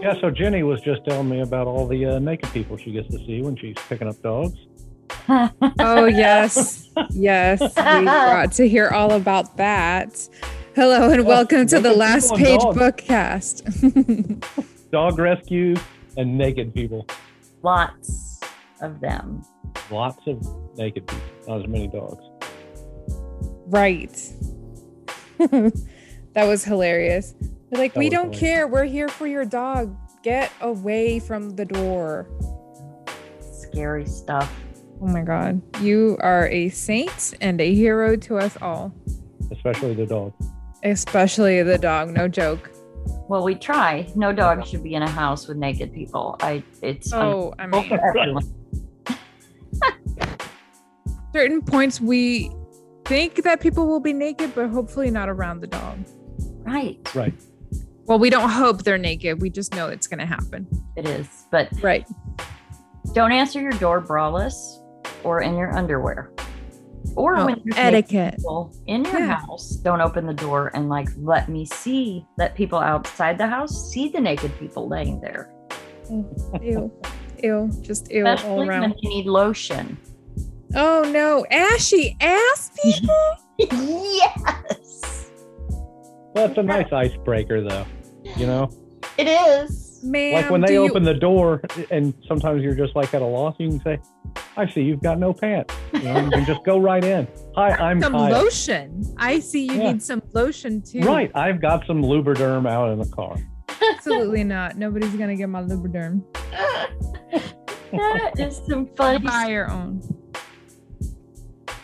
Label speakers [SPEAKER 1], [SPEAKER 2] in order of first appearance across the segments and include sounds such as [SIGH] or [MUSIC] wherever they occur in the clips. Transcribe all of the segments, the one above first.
[SPEAKER 1] Yeah, so Jenny was just telling me about all the uh, naked people she gets to see when she's picking up dogs.
[SPEAKER 2] Oh, yes. yes. We got to hear all about that. Hello and
[SPEAKER 1] Yes,
[SPEAKER 2] welcome to the
[SPEAKER 1] naked
[SPEAKER 2] Last
[SPEAKER 1] people and
[SPEAKER 2] Page
[SPEAKER 1] dogs.
[SPEAKER 2] Bookcast.
[SPEAKER 1] Dog rescue and naked people.
[SPEAKER 3] Lots of them.
[SPEAKER 1] Lots of naked people, not as many dogs.
[SPEAKER 2] [LAUGHS] right. [LAUGHS] that was hilarious. They're like,
[SPEAKER 1] That
[SPEAKER 2] we
[SPEAKER 1] was
[SPEAKER 2] don't
[SPEAKER 1] hilarious.
[SPEAKER 2] care. We're here for your dog. Get away from the door.
[SPEAKER 3] Scary stuff.
[SPEAKER 2] Oh my God. You are a saint and a hero to us all,
[SPEAKER 1] especially the dog.
[SPEAKER 2] especially the dog. No joke.
[SPEAKER 3] Well, we try. No dog should be in a house with naked people. I it's
[SPEAKER 1] Um,
[SPEAKER 3] un-
[SPEAKER 2] Oh, I mean,
[SPEAKER 3] for everyone.
[SPEAKER 2] certain points we think that people will be naked, but hopefully not around the dog.
[SPEAKER 3] Right.
[SPEAKER 2] Well, we don't hope they're naked. We just know it's going to happen.
[SPEAKER 3] It is. But
[SPEAKER 2] Right.
[SPEAKER 3] don't answer your door braless or in your underwear. Or
[SPEAKER 1] Oh,
[SPEAKER 3] when you're naked
[SPEAKER 2] etiquette.
[SPEAKER 3] people in your
[SPEAKER 2] Oh, Yeah.
[SPEAKER 3] house, don't open the door and like let me see. Let people outside the house see the naked people laying there.
[SPEAKER 2] [LAUGHS] Ew. Ew. Just ew all
[SPEAKER 3] Especially when
[SPEAKER 2] around.
[SPEAKER 3] they need
[SPEAKER 2] [LAUGHS]
[SPEAKER 3] lotion. [LAUGHS]
[SPEAKER 2] Oh no. Ashy
[SPEAKER 1] [LAUGHS]
[SPEAKER 2] ass people.
[SPEAKER 3] yes.
[SPEAKER 1] Well, it's a nice icebreaker, though. You know,
[SPEAKER 3] It is.
[SPEAKER 2] Ma'am.
[SPEAKER 1] like when they
[SPEAKER 2] do you-
[SPEAKER 1] open the door, and sometimes you're just like at a loss. You can say, "I see you've got no pants." You, know, you can just go right in. Hi, I'm
[SPEAKER 2] some
[SPEAKER 1] Kyle.
[SPEAKER 2] lotion. I see you
[SPEAKER 1] Yeah.
[SPEAKER 2] need some lotion too.
[SPEAKER 1] Right, I've got some Lubriderm out in the car.
[SPEAKER 2] Absolutely not. Nobody's gonna get my Lubriderm.
[SPEAKER 3] that is some funny.
[SPEAKER 2] Buy your own.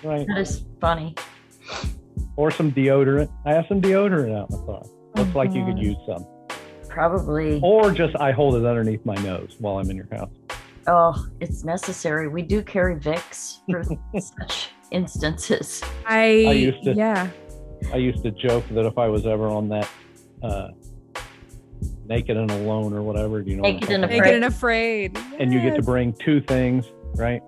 [SPEAKER 1] Right,
[SPEAKER 3] That is funny.
[SPEAKER 1] or some deodorant. I have some deodorant out in the car. Looks like you could
[SPEAKER 2] Oh, God.
[SPEAKER 1] use some,
[SPEAKER 3] Probably.
[SPEAKER 1] or just I hold it underneath my nose while I'm in your house.
[SPEAKER 3] Oh, it's necessary. We do carry Vicks
[SPEAKER 1] [LAUGHS]
[SPEAKER 3] for such instances.
[SPEAKER 2] I,
[SPEAKER 1] used to.
[SPEAKER 2] yeah.
[SPEAKER 1] I used to joke that if I was ever on that uh, naked and alone or whatever, do you know, what I'm
[SPEAKER 3] Naked and
[SPEAKER 1] talking
[SPEAKER 2] Naked
[SPEAKER 1] about?
[SPEAKER 3] Right.
[SPEAKER 2] and afraid.
[SPEAKER 1] and you get to
[SPEAKER 2] Yes.
[SPEAKER 1] bring two things, right?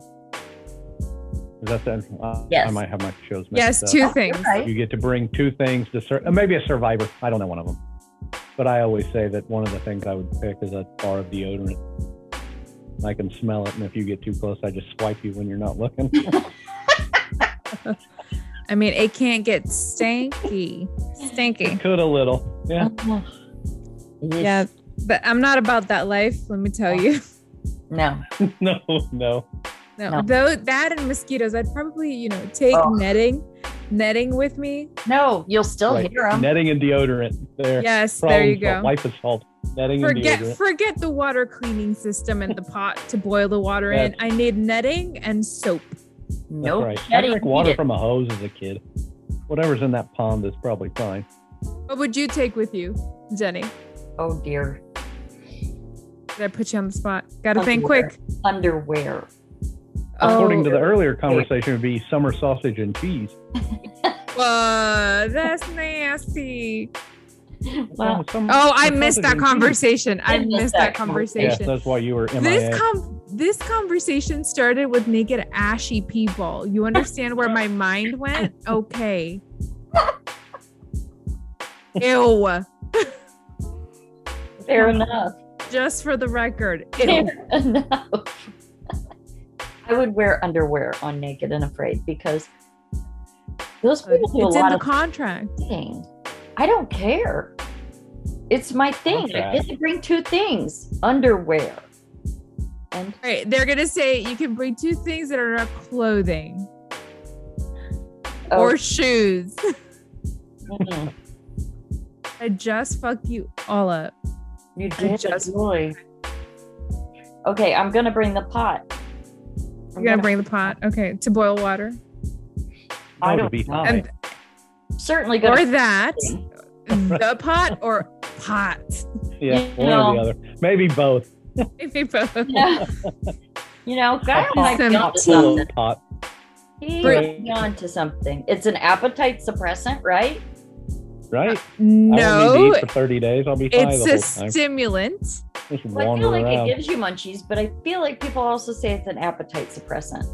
[SPEAKER 1] Is that the? Uh, I
[SPEAKER 3] Yes.
[SPEAKER 1] might have my shows mixed
[SPEAKER 2] Yes,
[SPEAKER 1] up.
[SPEAKER 2] two things.
[SPEAKER 3] Right.
[SPEAKER 1] You get to bring two things to sur- uh, maybe a survivor. I don't know one of them, but I always say that one of the things I would pick is a bar of deodorant. I can smell it, and if you get too close, I just swipe you when you're
[SPEAKER 3] [LAUGHS]
[SPEAKER 1] not looking.
[SPEAKER 2] I mean, it can't get stanky. Stinky.
[SPEAKER 1] Could a little, yeah.
[SPEAKER 2] Yeah.
[SPEAKER 3] Mm-hmm. Yes.
[SPEAKER 2] But I'm not about that life, let me tell you.
[SPEAKER 3] No.
[SPEAKER 1] [LAUGHS] No, no.
[SPEAKER 2] No,
[SPEAKER 3] No.
[SPEAKER 2] though that and mosquitoes, I'd probably, you know, take
[SPEAKER 3] Oh.
[SPEAKER 2] netting, netting with me.
[SPEAKER 3] No. You'll still
[SPEAKER 1] Right.
[SPEAKER 3] hear them.
[SPEAKER 1] Netting and deodorant. There.
[SPEAKER 2] Yes,
[SPEAKER 1] Problem
[SPEAKER 2] there you
[SPEAKER 1] solved.
[SPEAKER 2] go.
[SPEAKER 1] Life is solved. Netting and
[SPEAKER 2] Forget
[SPEAKER 1] deodorant.
[SPEAKER 2] forget the water cleaning system and the pot to boil the water in.
[SPEAKER 1] Yes.
[SPEAKER 2] I need netting and soap.
[SPEAKER 1] That's
[SPEAKER 3] No.
[SPEAKER 1] right. I
[SPEAKER 3] kidding.
[SPEAKER 1] drank water
[SPEAKER 3] Eat it.
[SPEAKER 1] from a hose as a kid. Whatever's in that pond is probably fine.
[SPEAKER 2] What would you take with you, Jenny?
[SPEAKER 3] Oh dear.
[SPEAKER 2] Did I put you on the spot? Got to
[SPEAKER 3] Oh,
[SPEAKER 2] think
[SPEAKER 3] dear.
[SPEAKER 2] quick.
[SPEAKER 3] Underwear.
[SPEAKER 1] According
[SPEAKER 2] Oh,
[SPEAKER 1] to the earlier conversation, it would be summer sausage and cheese.
[SPEAKER 2] whoa, Oh, uh, that's nasty.
[SPEAKER 3] Well,
[SPEAKER 1] Summer-
[SPEAKER 2] Oh, I
[SPEAKER 1] summer
[SPEAKER 2] missed
[SPEAKER 1] sausage
[SPEAKER 2] that
[SPEAKER 1] and cheese.
[SPEAKER 2] conversation. I
[SPEAKER 3] I missed
[SPEAKER 2] missed that
[SPEAKER 3] that conversation.
[SPEAKER 1] Yes,
[SPEAKER 2] conversation.
[SPEAKER 1] that's why you were MIA.
[SPEAKER 2] this com this conversation started with naked ashy people. You understand where my mind went? Okay. Ew.
[SPEAKER 3] fair enough.
[SPEAKER 2] Just for the record.
[SPEAKER 3] [LAUGHS]
[SPEAKER 2] Ew.
[SPEAKER 3] Fair enough. [LAUGHS] I would wear underwear on Naked and Afraid because those people do
[SPEAKER 2] It's
[SPEAKER 3] a
[SPEAKER 2] in
[SPEAKER 3] lot
[SPEAKER 2] the
[SPEAKER 3] of
[SPEAKER 2] contract.
[SPEAKER 3] thing. I don't care. It's my thing. I get to bring two things: underwear and
[SPEAKER 2] Right. They're gonna say you can bring two things that are not clothing
[SPEAKER 3] oh,
[SPEAKER 2] or shoes.
[SPEAKER 3] mm,
[SPEAKER 2] I just fuck you all up.
[SPEAKER 3] you did
[SPEAKER 2] just-
[SPEAKER 3] boy. Okay, I'm gonna bring the pot.
[SPEAKER 2] You're gonna bring the pot. Okay. To boil water.
[SPEAKER 1] That
[SPEAKER 3] I
[SPEAKER 1] would
[SPEAKER 3] don't
[SPEAKER 1] Oh, be
[SPEAKER 3] know.
[SPEAKER 1] high.
[SPEAKER 2] And-
[SPEAKER 3] certainly
[SPEAKER 2] Or
[SPEAKER 3] gonna. [LAUGHS]
[SPEAKER 2] that. The pot or pot.
[SPEAKER 1] yeah,
[SPEAKER 3] you
[SPEAKER 1] one or
[SPEAKER 3] know.
[SPEAKER 1] the other. Maybe both.
[SPEAKER 2] Maybe both.
[SPEAKER 3] Yeah. [LAUGHS] you know, guy
[SPEAKER 1] pot
[SPEAKER 3] might be
[SPEAKER 2] Some-
[SPEAKER 3] onto
[SPEAKER 1] Full
[SPEAKER 3] something.
[SPEAKER 1] of pot.
[SPEAKER 3] He might
[SPEAKER 1] Right.
[SPEAKER 3] be onto something. It's an appetite suppressant, right?
[SPEAKER 1] Right? I won't need
[SPEAKER 2] No.
[SPEAKER 1] to eat for 30 days. I'll be high
[SPEAKER 2] It's
[SPEAKER 1] the
[SPEAKER 2] a
[SPEAKER 1] whole time.
[SPEAKER 2] stimulant.
[SPEAKER 1] Just
[SPEAKER 3] Well, I feel
[SPEAKER 1] wander
[SPEAKER 3] like
[SPEAKER 1] around.
[SPEAKER 3] it gives you munchies, but I feel like people also say it's an appetite suppressant.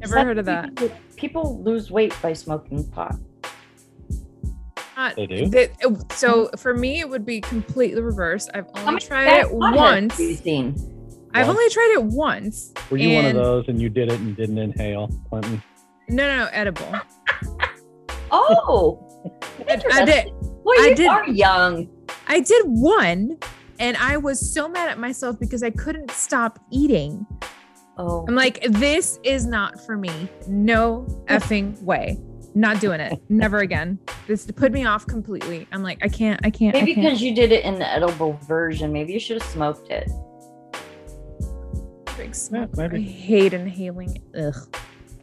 [SPEAKER 2] Never heard of that.
[SPEAKER 3] People lose weight by smoking pot.
[SPEAKER 2] not
[SPEAKER 1] They do?
[SPEAKER 2] that- it- so for me it would be completely reversed. I've only
[SPEAKER 3] much
[SPEAKER 2] tried it
[SPEAKER 3] That's
[SPEAKER 2] once.
[SPEAKER 3] You've seen.
[SPEAKER 2] I've
[SPEAKER 1] Yeah.
[SPEAKER 2] only tried it once.
[SPEAKER 1] Were you one of
[SPEAKER 2] And-
[SPEAKER 1] those and you did it and didn't inhale, Clinton?
[SPEAKER 2] No, no, no, edible.
[SPEAKER 3] Oh,
[SPEAKER 2] [LAUGHS] I did.
[SPEAKER 3] interesting. Well,
[SPEAKER 2] I
[SPEAKER 3] you
[SPEAKER 2] did-
[SPEAKER 3] are young.
[SPEAKER 2] I did one, and I was so mad at myself because I couldn't stop eating.
[SPEAKER 3] Oh,
[SPEAKER 2] I'm like, this is not for me. No effing way. Not
[SPEAKER 1] [LAUGHS]
[SPEAKER 2] doing it. Never again. This put me off completely. I'm like, I can't. I can't. I
[SPEAKER 3] maybe
[SPEAKER 2] can't.
[SPEAKER 3] because you did it in the edible version. Maybe you should have smoked it.
[SPEAKER 2] Big smoke.
[SPEAKER 1] Yeah,
[SPEAKER 2] I
[SPEAKER 1] maybe.
[SPEAKER 2] hate inhaling. Ugh.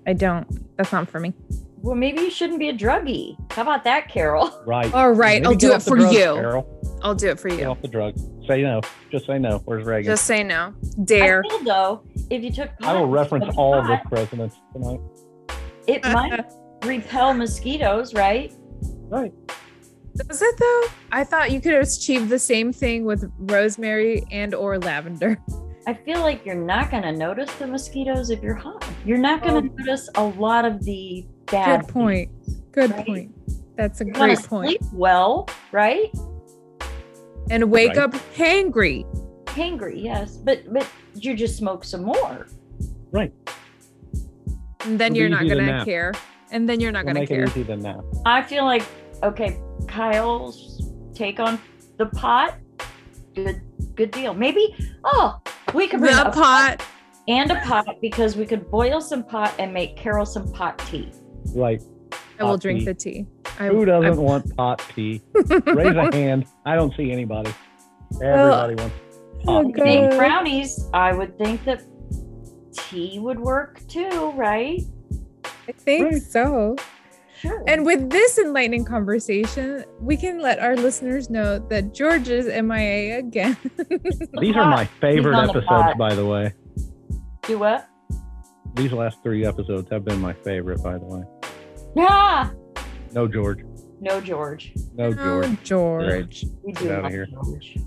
[SPEAKER 2] I don't. That's not for me.
[SPEAKER 3] Well, maybe you shouldn't be a druggie. How about that, Carol? [LAUGHS]
[SPEAKER 1] Right.
[SPEAKER 2] All right,
[SPEAKER 1] Maybe
[SPEAKER 2] I'll
[SPEAKER 1] get
[SPEAKER 2] do it
[SPEAKER 1] off the Oh,
[SPEAKER 2] for
[SPEAKER 1] drugs,
[SPEAKER 2] you.
[SPEAKER 1] Carol.
[SPEAKER 2] I'll do it for
[SPEAKER 1] Get
[SPEAKER 2] you.
[SPEAKER 1] off the drugs. Say no. Just say no. Where's Reagan?
[SPEAKER 2] Just say no. Dare.
[SPEAKER 3] I feel though, if you took,
[SPEAKER 1] I will
[SPEAKER 3] pot,
[SPEAKER 1] reference
[SPEAKER 3] smoked
[SPEAKER 1] all of
[SPEAKER 3] pot,
[SPEAKER 1] the presidents tonight.
[SPEAKER 3] It
[SPEAKER 2] [LAUGHS]
[SPEAKER 3] might repel mosquitoes, right?
[SPEAKER 1] Right.
[SPEAKER 2] Does it though? I thought you could achieve the same thing with rosemary and
[SPEAKER 3] [LAUGHS]
[SPEAKER 2] or lavender.
[SPEAKER 3] I feel like you're not going to notice the mosquitoes if you're hot. You're not going to notice a lot of the bad.
[SPEAKER 2] Oh. Good point. Good
[SPEAKER 3] Right.
[SPEAKER 2] point. That's a
[SPEAKER 3] You want
[SPEAKER 2] great
[SPEAKER 3] to
[SPEAKER 2] point.
[SPEAKER 3] sleep well, right?
[SPEAKER 2] And wake
[SPEAKER 1] Right.
[SPEAKER 2] up hangry.
[SPEAKER 3] Hangry, yes, but but you just smoke some more.
[SPEAKER 2] And then
[SPEAKER 1] It'll
[SPEAKER 2] you're
[SPEAKER 1] be
[SPEAKER 2] not
[SPEAKER 1] easy to
[SPEAKER 2] gonna
[SPEAKER 1] nap.
[SPEAKER 2] care. And then you're not
[SPEAKER 1] We'll
[SPEAKER 2] gonna
[SPEAKER 1] make
[SPEAKER 2] care.
[SPEAKER 1] it easy to nap.
[SPEAKER 3] I feel like okay, Kyle's take on the pot, good good deal. Maybe oh we could bring
[SPEAKER 2] The
[SPEAKER 3] a
[SPEAKER 2] pot.
[SPEAKER 3] and a pot because we could boil some pot and make Carol some pot tea.
[SPEAKER 1] Right.
[SPEAKER 2] I will
[SPEAKER 1] Pot
[SPEAKER 2] drink
[SPEAKER 1] tea.
[SPEAKER 2] the tea. I,
[SPEAKER 1] Who doesn't
[SPEAKER 2] I-
[SPEAKER 1] want pot tea? Raise
[SPEAKER 2] [LAUGHS]
[SPEAKER 1] a hand. I don't see anybody. Everybody wants
[SPEAKER 2] Oh,
[SPEAKER 1] pot tea.
[SPEAKER 3] Make
[SPEAKER 2] Good.
[SPEAKER 3] brownies. I would think that tea would work too, right?
[SPEAKER 2] I think
[SPEAKER 1] Right.
[SPEAKER 2] so.
[SPEAKER 3] Sure.
[SPEAKER 2] And with this enlightening conversation, we can let our listeners know that George is MIA again.
[SPEAKER 1] These are my favorite
[SPEAKER 3] on the
[SPEAKER 1] episodes,
[SPEAKER 3] pot.
[SPEAKER 1] by the way.
[SPEAKER 3] do what?
[SPEAKER 1] These last three episodes have been my favorite, by the way.
[SPEAKER 3] Ah,
[SPEAKER 1] No George.
[SPEAKER 3] no, George.
[SPEAKER 1] No George.
[SPEAKER 2] Oh, [LAUGHS] George.
[SPEAKER 3] We
[SPEAKER 1] Get
[SPEAKER 3] do
[SPEAKER 1] outta
[SPEAKER 3] love
[SPEAKER 1] here.
[SPEAKER 3] George.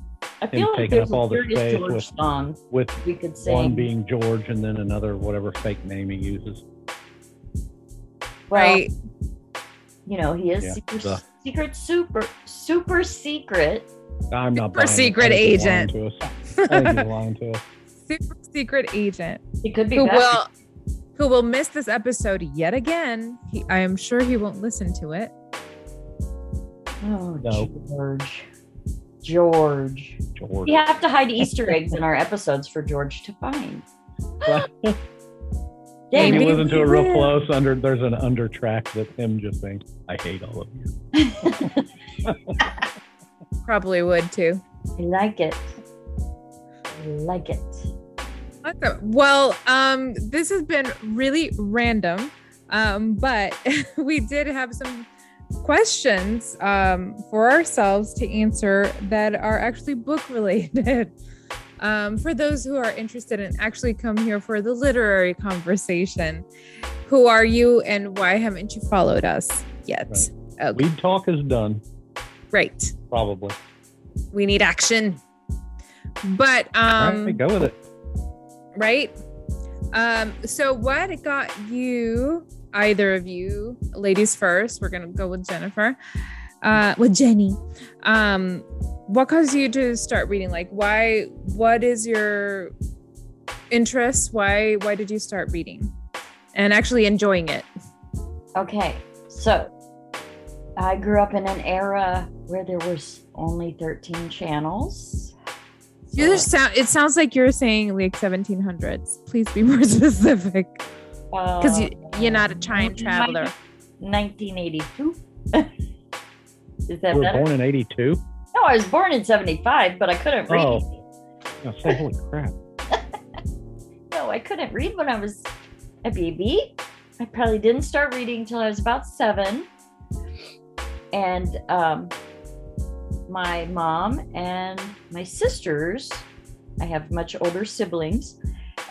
[SPEAKER 3] I
[SPEAKER 1] Him
[SPEAKER 3] feel like
[SPEAKER 1] taking
[SPEAKER 3] there's
[SPEAKER 1] up all
[SPEAKER 3] a
[SPEAKER 1] the
[SPEAKER 3] Curious
[SPEAKER 1] space
[SPEAKER 3] George
[SPEAKER 1] with-
[SPEAKER 3] song
[SPEAKER 1] With
[SPEAKER 3] we could sing.
[SPEAKER 1] one being George and then another whatever fake name he uses.
[SPEAKER 3] Well,
[SPEAKER 2] Right.
[SPEAKER 3] You know, he is
[SPEAKER 1] Yeah,
[SPEAKER 3] secret,
[SPEAKER 1] the-
[SPEAKER 3] secret, super, super secret.
[SPEAKER 1] I'm not
[SPEAKER 2] Super
[SPEAKER 1] buying it. I
[SPEAKER 2] secret
[SPEAKER 1] think he's lying
[SPEAKER 2] agent.
[SPEAKER 1] to us. I think he's lying to us.
[SPEAKER 2] Super secret agent
[SPEAKER 3] He could be
[SPEAKER 2] who
[SPEAKER 3] back.
[SPEAKER 2] will who will miss this episode yet again. He, I am sure he won't listen to it.
[SPEAKER 3] Oh,
[SPEAKER 1] No.
[SPEAKER 3] George. George.
[SPEAKER 1] George.
[SPEAKER 3] We have to hide Easter eggs in our episodes for George to
[SPEAKER 1] [LAUGHS]
[SPEAKER 3] find.
[SPEAKER 1] When
[SPEAKER 2] Maybe
[SPEAKER 1] you
[SPEAKER 3] Dang.
[SPEAKER 1] listen to
[SPEAKER 2] we
[SPEAKER 1] it real
[SPEAKER 2] will.
[SPEAKER 1] close, under there's an under track that's him just saying, "I hate all of you."
[SPEAKER 2] Probably would too.
[SPEAKER 3] I like it. I like it.
[SPEAKER 2] What the- Well, um, this has been really random, um, but [LAUGHS] we did have some questions um, for ourselves to answer that are actually book related. [LAUGHS] Um, for those who are interested and actually come here for the literary conversation, who are you and why haven't you followed us yet? Okay,
[SPEAKER 1] Weed talk is done,
[SPEAKER 2] great.
[SPEAKER 1] probably.
[SPEAKER 2] We need action. But um,
[SPEAKER 1] All right, go with it.
[SPEAKER 2] right? Um, so what got you, either of you, ladies first? We're gonna go with Jennifer, uh, with Jenny. Um, what caused you to start reading? Like, why? What is your interest? Why? Why did you start reading and actually enjoying it?
[SPEAKER 3] Okay, so I grew up in an era where there was only 13 channels.
[SPEAKER 2] You just sound. It sounds like you're saying like 1700s. Please be more [LAUGHS] specific, because you,
[SPEAKER 3] uh,
[SPEAKER 2] you're not a time traveler.
[SPEAKER 3] 1982. [LAUGHS] Is that
[SPEAKER 1] We were
[SPEAKER 3] better?
[SPEAKER 1] born in '82.
[SPEAKER 3] No, I was born in 75, but I couldn't read.
[SPEAKER 1] Oh. I was like, holy crap!
[SPEAKER 3] No, I couldn't read when I was a baby. I probably didn't start reading till I was about seven. And um, my mom and my sisters, I have much older siblings,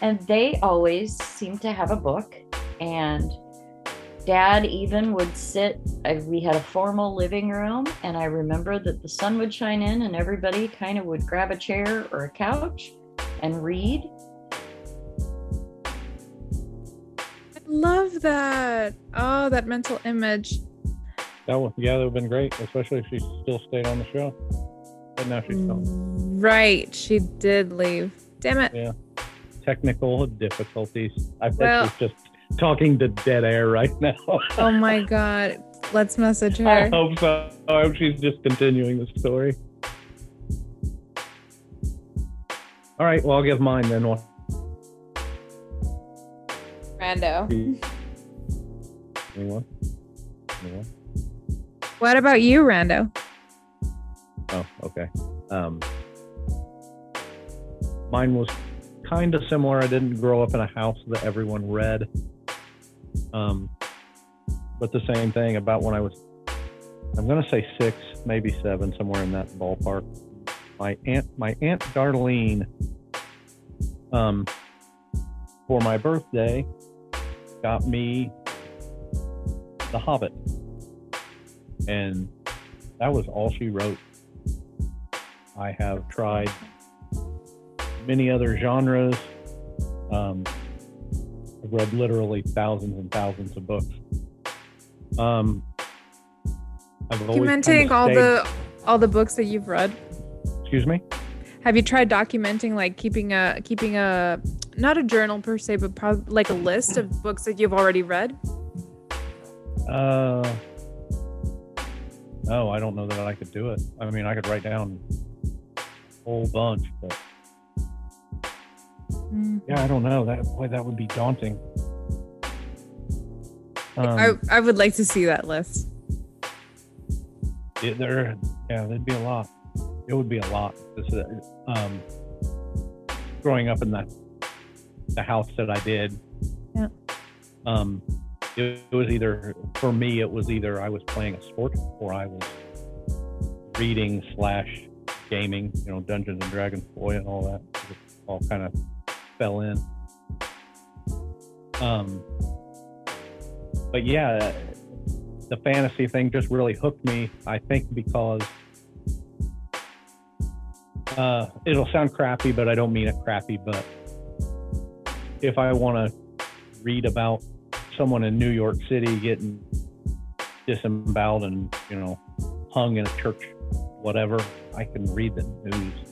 [SPEAKER 3] and they always seemed to have a book. And dad even would sit, I, we had a formal living room, and I remember that the sun would shine in, and everybody kind of would grab a chair or a couch and read.
[SPEAKER 2] I love that. Oh, that mental image.
[SPEAKER 1] That would, yeah, that would have been great, especially if she still stayed on the show. But now she's gone.
[SPEAKER 2] Right. She did leave. Damn it.
[SPEAKER 3] Mm.
[SPEAKER 1] Technical difficulties. I bet
[SPEAKER 2] Well-
[SPEAKER 1] she's just talking to dead air right [LAUGHS] now.
[SPEAKER 2] Oh
[SPEAKER 1] [LAUGHS]
[SPEAKER 2] my God. Let's message
[SPEAKER 1] I
[SPEAKER 2] her.
[SPEAKER 1] hope so. I hope she's just continuing the story. All right, well, I'll give mine then. One.
[SPEAKER 2] Rando.
[SPEAKER 1] Anyone? Anyone?
[SPEAKER 2] What about you, Rando?
[SPEAKER 1] Oh, okay. Um, mine was kind of similar. I didn't grow up in a house that everyone read. Um, but the same thing about when I was, I'm going to say six, maybe seven, somewhere in that ballpark. My aunt, my aunt Darlene, um, for my birthday, got me The Hobbit, and that was all she wrote. I have tried many other genres. Um, I've read literally thousands and thousands of books. Um, I've always kinda
[SPEAKER 2] Documenting all
[SPEAKER 1] stayed-
[SPEAKER 2] the all the books that you've read.
[SPEAKER 1] Excuse me.
[SPEAKER 2] Have you tried documenting, like keeping a keeping a not a journal per se, but prob- like a list of books that you've already read?
[SPEAKER 1] Uh, no, I don't know that I could do it. I mean, I could write down a whole bunch, but
[SPEAKER 2] Mm.
[SPEAKER 1] yeah, I don't know. That boy, that would be daunting.
[SPEAKER 2] I
[SPEAKER 1] Um,
[SPEAKER 2] I would like to see that list.
[SPEAKER 1] it- there, yeah, there'd be a lot. It would be a lot. This is, um, growing up in the the house that I did,
[SPEAKER 2] Yeah.
[SPEAKER 1] um, it, it was either for me, it was either I was playing a sport or I was reading slash gaming, you know, Dungeons and Dragons boy and all that. It all kind of fell in. Um, but yeah, the fantasy thing just really hooked me. I think because uh, it'll sound crappy, but I don't mean it crappy. But if I want to read about someone in New York City getting disemboweled and you know hung in a church, whatever, I can read the news.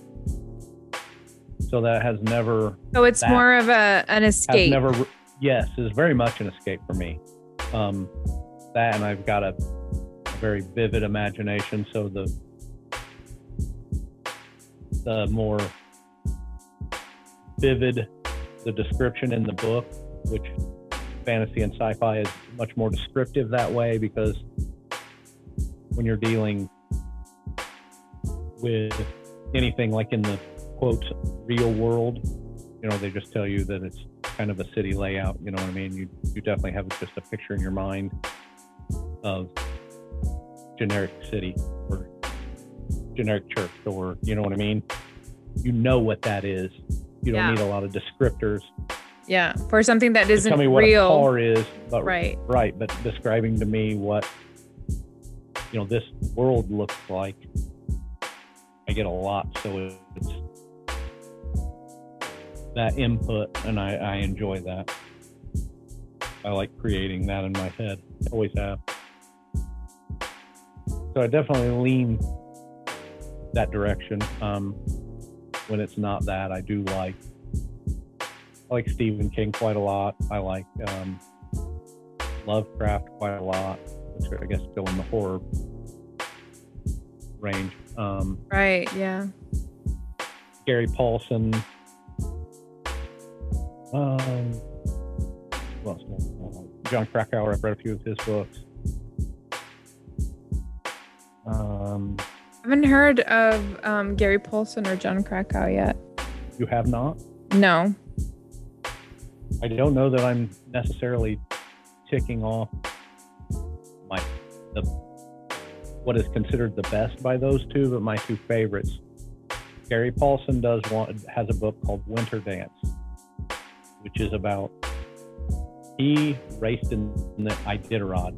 [SPEAKER 1] So that has never
[SPEAKER 2] So it's
[SPEAKER 1] That
[SPEAKER 2] more of a an
[SPEAKER 1] has
[SPEAKER 2] escape.
[SPEAKER 1] never yes is very much an escape for me um that and i've got a very vivid imagination so the the more vivid the description in the book which fantasy and sci-fi is much more descriptive that way because when you're dealing with anything like in the quote real world you know they just tell you that it's kind of a city layout. You know what I mean? You you definitely have just a picture in your mind of generic city or generic church or you know what I mean. You know what that is. You don't
[SPEAKER 2] Yeah.
[SPEAKER 1] need a lot of descriptors.
[SPEAKER 2] yeah, for something that
[SPEAKER 1] Just
[SPEAKER 2] isn't
[SPEAKER 1] tell me what
[SPEAKER 2] real.
[SPEAKER 1] a car is, but
[SPEAKER 2] Right.
[SPEAKER 1] right, but describing to me what you know this world looks like. I get a lot, so it's that input, and I, I enjoy that. I like creating that in my head. Always have. So I definitely lean that direction. Um, when it's not that, I do like I like Stephen King quite a lot. I like um, Lovecraft quite a lot, which I guess still in the horror range. Um,
[SPEAKER 2] Right. Yeah.
[SPEAKER 1] Gary Paulson. Um, who else do I like? John Krakauer. I've read a few of his books. Um,
[SPEAKER 2] I haven't heard of um, Gary Paulson or John Krakow yet.
[SPEAKER 1] you have not.
[SPEAKER 2] No.
[SPEAKER 1] I don't know that I'm necessarily ticking off my the what is considered the best by those two, but my two favorites. Gary Paulson does want has a book called Winter Dance, which is about he raced in the Iditarod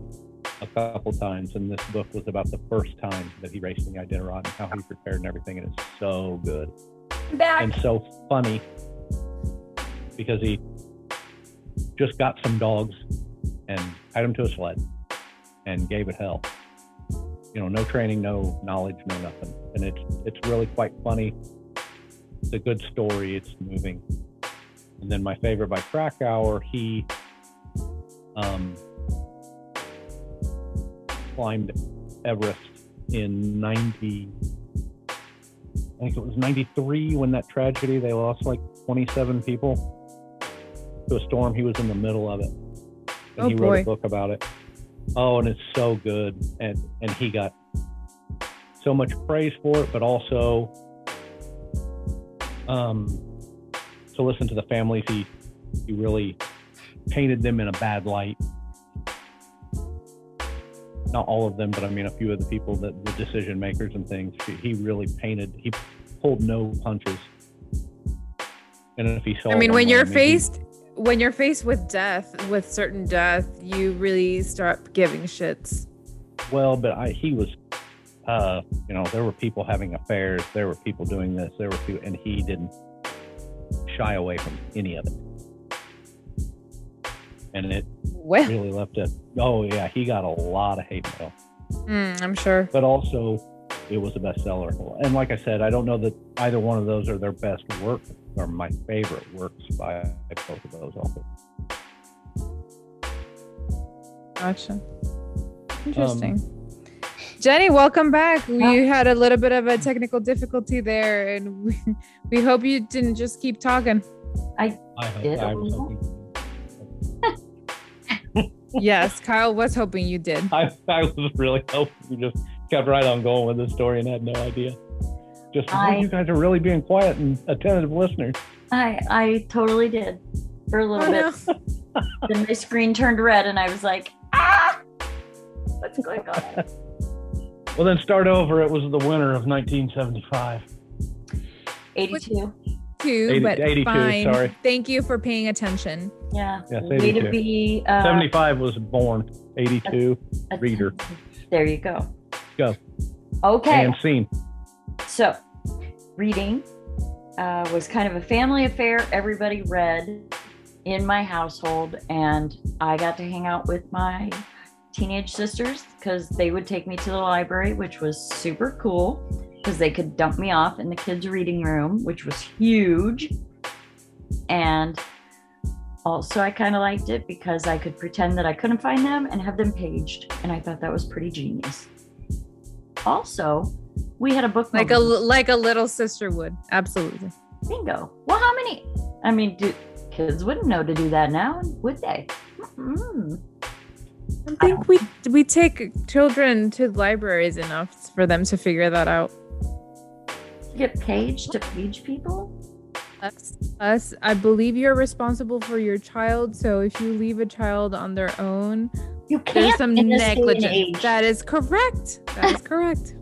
[SPEAKER 1] a couple times, and this book was about the first time that he raced in the Iditarod and how he prepared and everything, and it's so good
[SPEAKER 3] Back.
[SPEAKER 1] and so funny because he just got some dogs and tied them to a sled and gave it hell. you know, no training, no knowledge, no nothing. And it's it's really quite funny. It's a good story. It's moving. And then my favorite by Krakauer, he um, climbed Everest in 90. I think it was 93 when that tragedy they lost like 27 people to a storm. He was in the middle of it, and
[SPEAKER 2] Oh,
[SPEAKER 1] he wrote
[SPEAKER 2] boy.
[SPEAKER 1] a book about it. Oh, and it's so good, and and he got so much praise for it, but also, um, to listen to the families, he he really painted them in a bad light. Not all of them, but I mean a few of the people that the decision makers and things. He- He really painted. He pulled no punches. And if he saw,
[SPEAKER 2] I mean, when
[SPEAKER 1] one,
[SPEAKER 2] you're
[SPEAKER 1] he-
[SPEAKER 2] faced when you're faced with death, with certain death, you really start giving shits.
[SPEAKER 1] well, but I, he was, uh, you know, there were people having affairs. There were people doing this. There were people, and he didn't shy away from any of it. And it
[SPEAKER 2] Well,
[SPEAKER 1] really left a. Oh yeah, he got a lot of hate mail.
[SPEAKER 2] mm, I'm sure.
[SPEAKER 1] but also it was a bestseller. And like I said, I don't know that either one of those are their best work or my favorite works by both of those authors.
[SPEAKER 2] Gotcha. Interesting.
[SPEAKER 1] Um,
[SPEAKER 2] Jenny, welcome back. You had a little bit of a technical difficulty there, and [LAUGHS] we, we hope you didn't just keep talking.
[SPEAKER 1] I hope
[SPEAKER 3] Did
[SPEAKER 1] I
[SPEAKER 3] I?
[SPEAKER 1] was hoping,
[SPEAKER 3] [LAUGHS]
[SPEAKER 2] Yes, Kyle was hoping you did.
[SPEAKER 1] [LAUGHS] I, I was really hoping you just kept right on going with this story and had no idea. Just "Oh,
[SPEAKER 3] I-
[SPEAKER 1] you guys are really being quiet and attentive listeners.
[SPEAKER 3] I I totally did for a little
[SPEAKER 2] Oh,
[SPEAKER 3] bit.
[SPEAKER 2] no.
[SPEAKER 3] [LAUGHS] Then my screen turned red, and I was like, ah, what's going
[SPEAKER 2] [LAUGHS]
[SPEAKER 3] on?
[SPEAKER 1] Well, then start over. It was the winter of 1975.
[SPEAKER 3] 82.
[SPEAKER 2] Two,
[SPEAKER 1] 80
[SPEAKER 2] but
[SPEAKER 1] 82,
[SPEAKER 2] fine.
[SPEAKER 1] sorry.
[SPEAKER 2] Thank you for paying attention.
[SPEAKER 3] Yeah.
[SPEAKER 1] Yes,
[SPEAKER 3] Way to
[SPEAKER 1] 82.
[SPEAKER 3] be uh,
[SPEAKER 1] 75 was born. 82
[SPEAKER 3] a-
[SPEAKER 1] reader.
[SPEAKER 3] There you go.
[SPEAKER 1] Go.
[SPEAKER 3] Okay.
[SPEAKER 1] and seen.
[SPEAKER 3] So, reading uh, was kind of a family affair. Everybody read in my household, and I got to hang out with my teenage sisters because they would take me to the library, which was super cool because they could dump me off in the kids' reading room, which was huge. And also, I kind of liked it because I could pretend that I couldn't find them and have them paged. And I thought that was pretty genius. Also, we had a book
[SPEAKER 2] Like a
[SPEAKER 3] moment.
[SPEAKER 2] like a little sister would. Absolutely.
[SPEAKER 3] Bingo. Well, how many? I mean, do, kids wouldn't know to do that now, would they? Mm-mm.
[SPEAKER 2] I think we we take children to libraries enough for them to figure that out.
[SPEAKER 3] You get paged to page people?
[SPEAKER 2] Us, us, I believe you're responsible for your child. So if you leave a child on their own,
[SPEAKER 3] You
[SPEAKER 2] there's
[SPEAKER 3] can't
[SPEAKER 2] some
[SPEAKER 3] in this day and
[SPEAKER 2] negligence.
[SPEAKER 3] age.
[SPEAKER 2] That is correct.
[SPEAKER 3] [LAUGHS]
[SPEAKER 2] That is correct.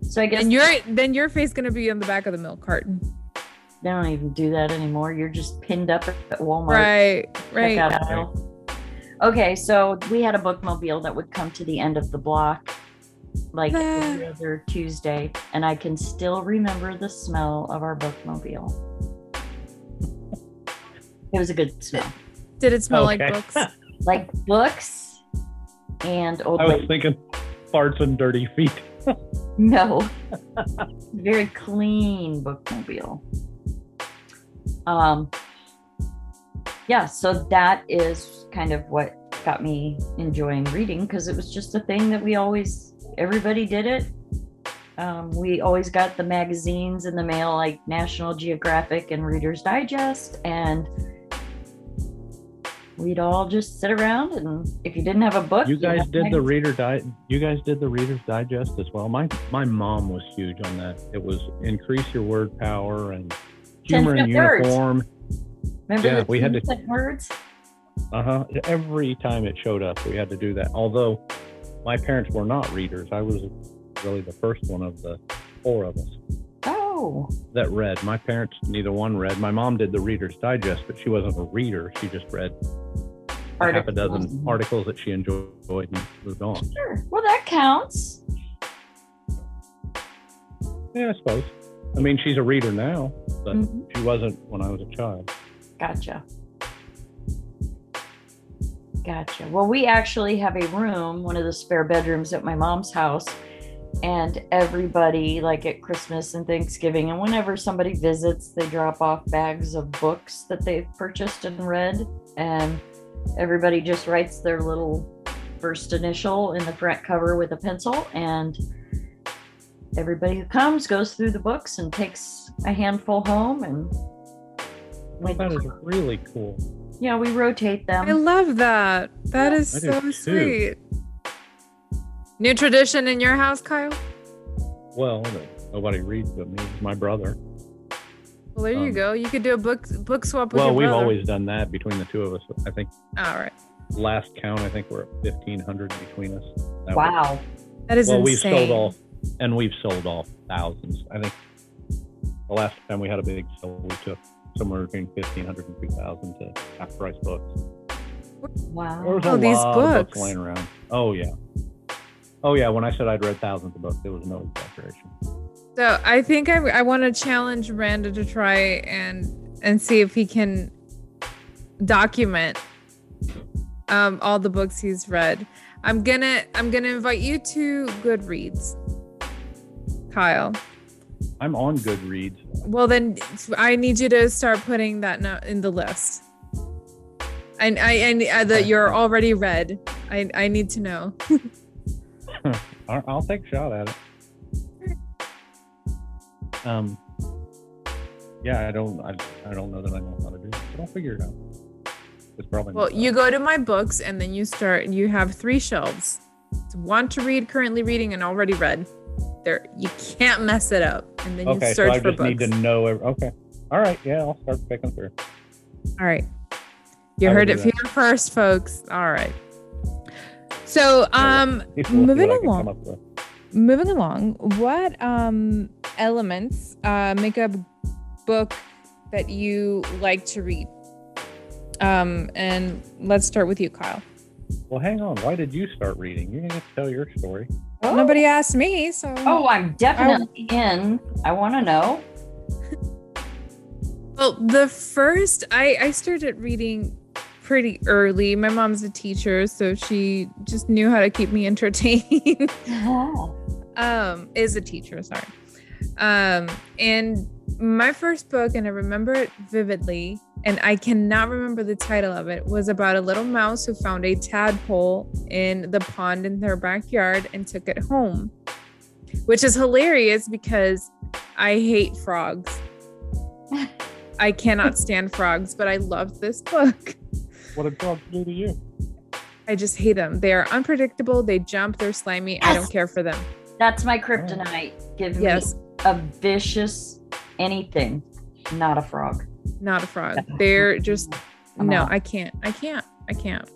[SPEAKER 3] so I guess
[SPEAKER 2] and your then your face gonna be on the back of the milk carton.
[SPEAKER 3] they don't even do that anymore. You're just pinned up at Walmart.
[SPEAKER 2] Right, right.
[SPEAKER 3] checkout aisle. Okay, so we had a bookmobile that would come to the end of the block like every
[SPEAKER 2] Ah.
[SPEAKER 3] other Tuesday, and I can still remember the smell of our bookmobile. It was a good smell.
[SPEAKER 2] Did it smell like
[SPEAKER 3] [LAUGHS]
[SPEAKER 1] Okay.
[SPEAKER 2] books?
[SPEAKER 3] Like books and old
[SPEAKER 1] I was
[SPEAKER 3] ladies.
[SPEAKER 1] thinking farts and dirty feet. [LAUGHS]
[SPEAKER 3] No. Very clean bookmobile. Um yeah, so that is kind of what got me enjoying reading because it was just a thing that we always everybody did it. Um, we always got the magazines in the mail like National Geographic and Reader's Digest and we'd all just sit around and if you didn't have a book
[SPEAKER 1] You
[SPEAKER 3] had
[SPEAKER 1] guys
[SPEAKER 3] a
[SPEAKER 1] did the
[SPEAKER 3] magazine.
[SPEAKER 1] reader di- You guys did the Reader's Digest as well. My my mom was huge on that. It was increase your word power and humor in
[SPEAKER 3] Ten-cent words.
[SPEAKER 1] uniform.
[SPEAKER 3] remember
[SPEAKER 1] yeah,
[SPEAKER 3] the
[SPEAKER 1] we had to-
[SPEAKER 3] 10 words
[SPEAKER 1] Uh huh. Every time it showed up, we had to do that. Although my parents were not readers, I was really the first one of the four of us
[SPEAKER 3] Oh,
[SPEAKER 1] that read. My parents, neither one read. My mom did the Reader's Digest, but she wasn't a reader. She just read a half a dozen
[SPEAKER 3] Articles.
[SPEAKER 1] articles that she enjoyed and moved on.
[SPEAKER 3] Sure. Well, that counts.
[SPEAKER 1] Yeah, I suppose. I mean, she's a reader now. But-
[SPEAKER 3] Mhm.
[SPEAKER 1] She wasn't when I was a child.
[SPEAKER 3] Gotcha. Gotcha. Well, we actually have a room, one of the spare bedrooms at my mom's house. And everybody, like at Christmas and Thanksgiving, and whenever somebody visits, they drop off bags of books that they've purchased and read. And everybody just writes their little first initial in the front cover with a pencil. And everybody who comes goes through the books and takes a handful home. And
[SPEAKER 1] Well, that is really cool.
[SPEAKER 3] yeah, we rotate them.
[SPEAKER 2] I love that. That is
[SPEAKER 4] I do
[SPEAKER 2] so
[SPEAKER 4] too.
[SPEAKER 2] sweet. New tradition in your house, Kyle?
[SPEAKER 1] Well, no- nobody reads but me, my brother.
[SPEAKER 2] Well, there you
[SPEAKER 1] Um,
[SPEAKER 2] go. You could do a book book swap with
[SPEAKER 1] well,
[SPEAKER 2] your
[SPEAKER 1] we've
[SPEAKER 2] brother.
[SPEAKER 1] always done that between the two of us. I think
[SPEAKER 2] All right.
[SPEAKER 1] last count, I think we're at 1,500 between us. That was-
[SPEAKER 3] Wow.
[SPEAKER 2] That is
[SPEAKER 1] well, we've
[SPEAKER 2] insane.
[SPEAKER 1] sold off, and we've sold off thousands. I think the last time we had a big sale, we took somewhere between 1,500 and 2,000 to half price books.
[SPEAKER 3] Wow.
[SPEAKER 1] There was a
[SPEAKER 2] Oh, these
[SPEAKER 1] lot of
[SPEAKER 2] books.
[SPEAKER 1] laying around. Oh, yeah. Oh, yeah. When I said I'd read thousands of books, there was no exaggeration.
[SPEAKER 2] So I think I, I want to challenge Randa to try and and see if he can document um, all the books he's read. I'm gonna I'm gonna invite you to Goodreads, Kyle.
[SPEAKER 1] I'm on Goodreads.
[SPEAKER 2] Well, then I need you to start putting that no- in the list. And I and uh, that you're already read. I I need to know.
[SPEAKER 1] I- I'll take a shot at it. Um, yeah, I don't, I, I don't know that I know how to do it. But I'll figure it out. It's probably
[SPEAKER 2] Well,
[SPEAKER 1] not
[SPEAKER 2] you
[SPEAKER 1] that.
[SPEAKER 2] go to my books and then you start. You have three shelves: It's want to read, currently reading, and already read. There, you can't mess it up. And then
[SPEAKER 1] Okay,
[SPEAKER 2] you
[SPEAKER 1] so
[SPEAKER 2] search
[SPEAKER 1] I
[SPEAKER 2] for
[SPEAKER 1] just
[SPEAKER 2] books.
[SPEAKER 1] need to know. Every, okay, all right, yeah, I'll start picking through. [LAUGHS]
[SPEAKER 2] All right, you
[SPEAKER 1] I will
[SPEAKER 2] heard
[SPEAKER 1] do
[SPEAKER 2] it
[SPEAKER 1] that.
[SPEAKER 2] here first, folks. All right. So, um,
[SPEAKER 1] If we'll see
[SPEAKER 2] Moving
[SPEAKER 1] what I can
[SPEAKER 2] along.
[SPEAKER 1] come up with.
[SPEAKER 2] moving along, what um elements uh, make up book that you like to read? Um, and let's start with you, Kyle.
[SPEAKER 1] Well, hang on. Why did you start reading? You didn't get to tell your story.
[SPEAKER 3] Oh.
[SPEAKER 2] Nobody asked me, so
[SPEAKER 3] Oh, I'm definitely in. I want to
[SPEAKER 2] [LAUGHS]
[SPEAKER 3] know.
[SPEAKER 2] Well, the first I I started reading pretty early. My mom's a teacher, so she just knew how to keep me [LAUGHS] entertained. um, is a teacher, sorry. Um, and my first book, and I remember it vividly, and I cannot remember the title of it, was about a little mouse who found a tadpole in the pond in their backyard and took it home, which is hilarious because I hate frogs. I cannot stand frogs, but I loved this book.
[SPEAKER 1] What did dogs do to you?
[SPEAKER 2] I just hate them. They are unpredictable. They jump. They're slimy. I don't care for them.
[SPEAKER 3] That's my kryptonite. Give
[SPEAKER 2] Yes.
[SPEAKER 3] me a vicious anything, not a frog.
[SPEAKER 2] not a frog. They're just
[SPEAKER 3] I'm
[SPEAKER 2] no,
[SPEAKER 3] out.
[SPEAKER 2] I can't. I can't. I can't.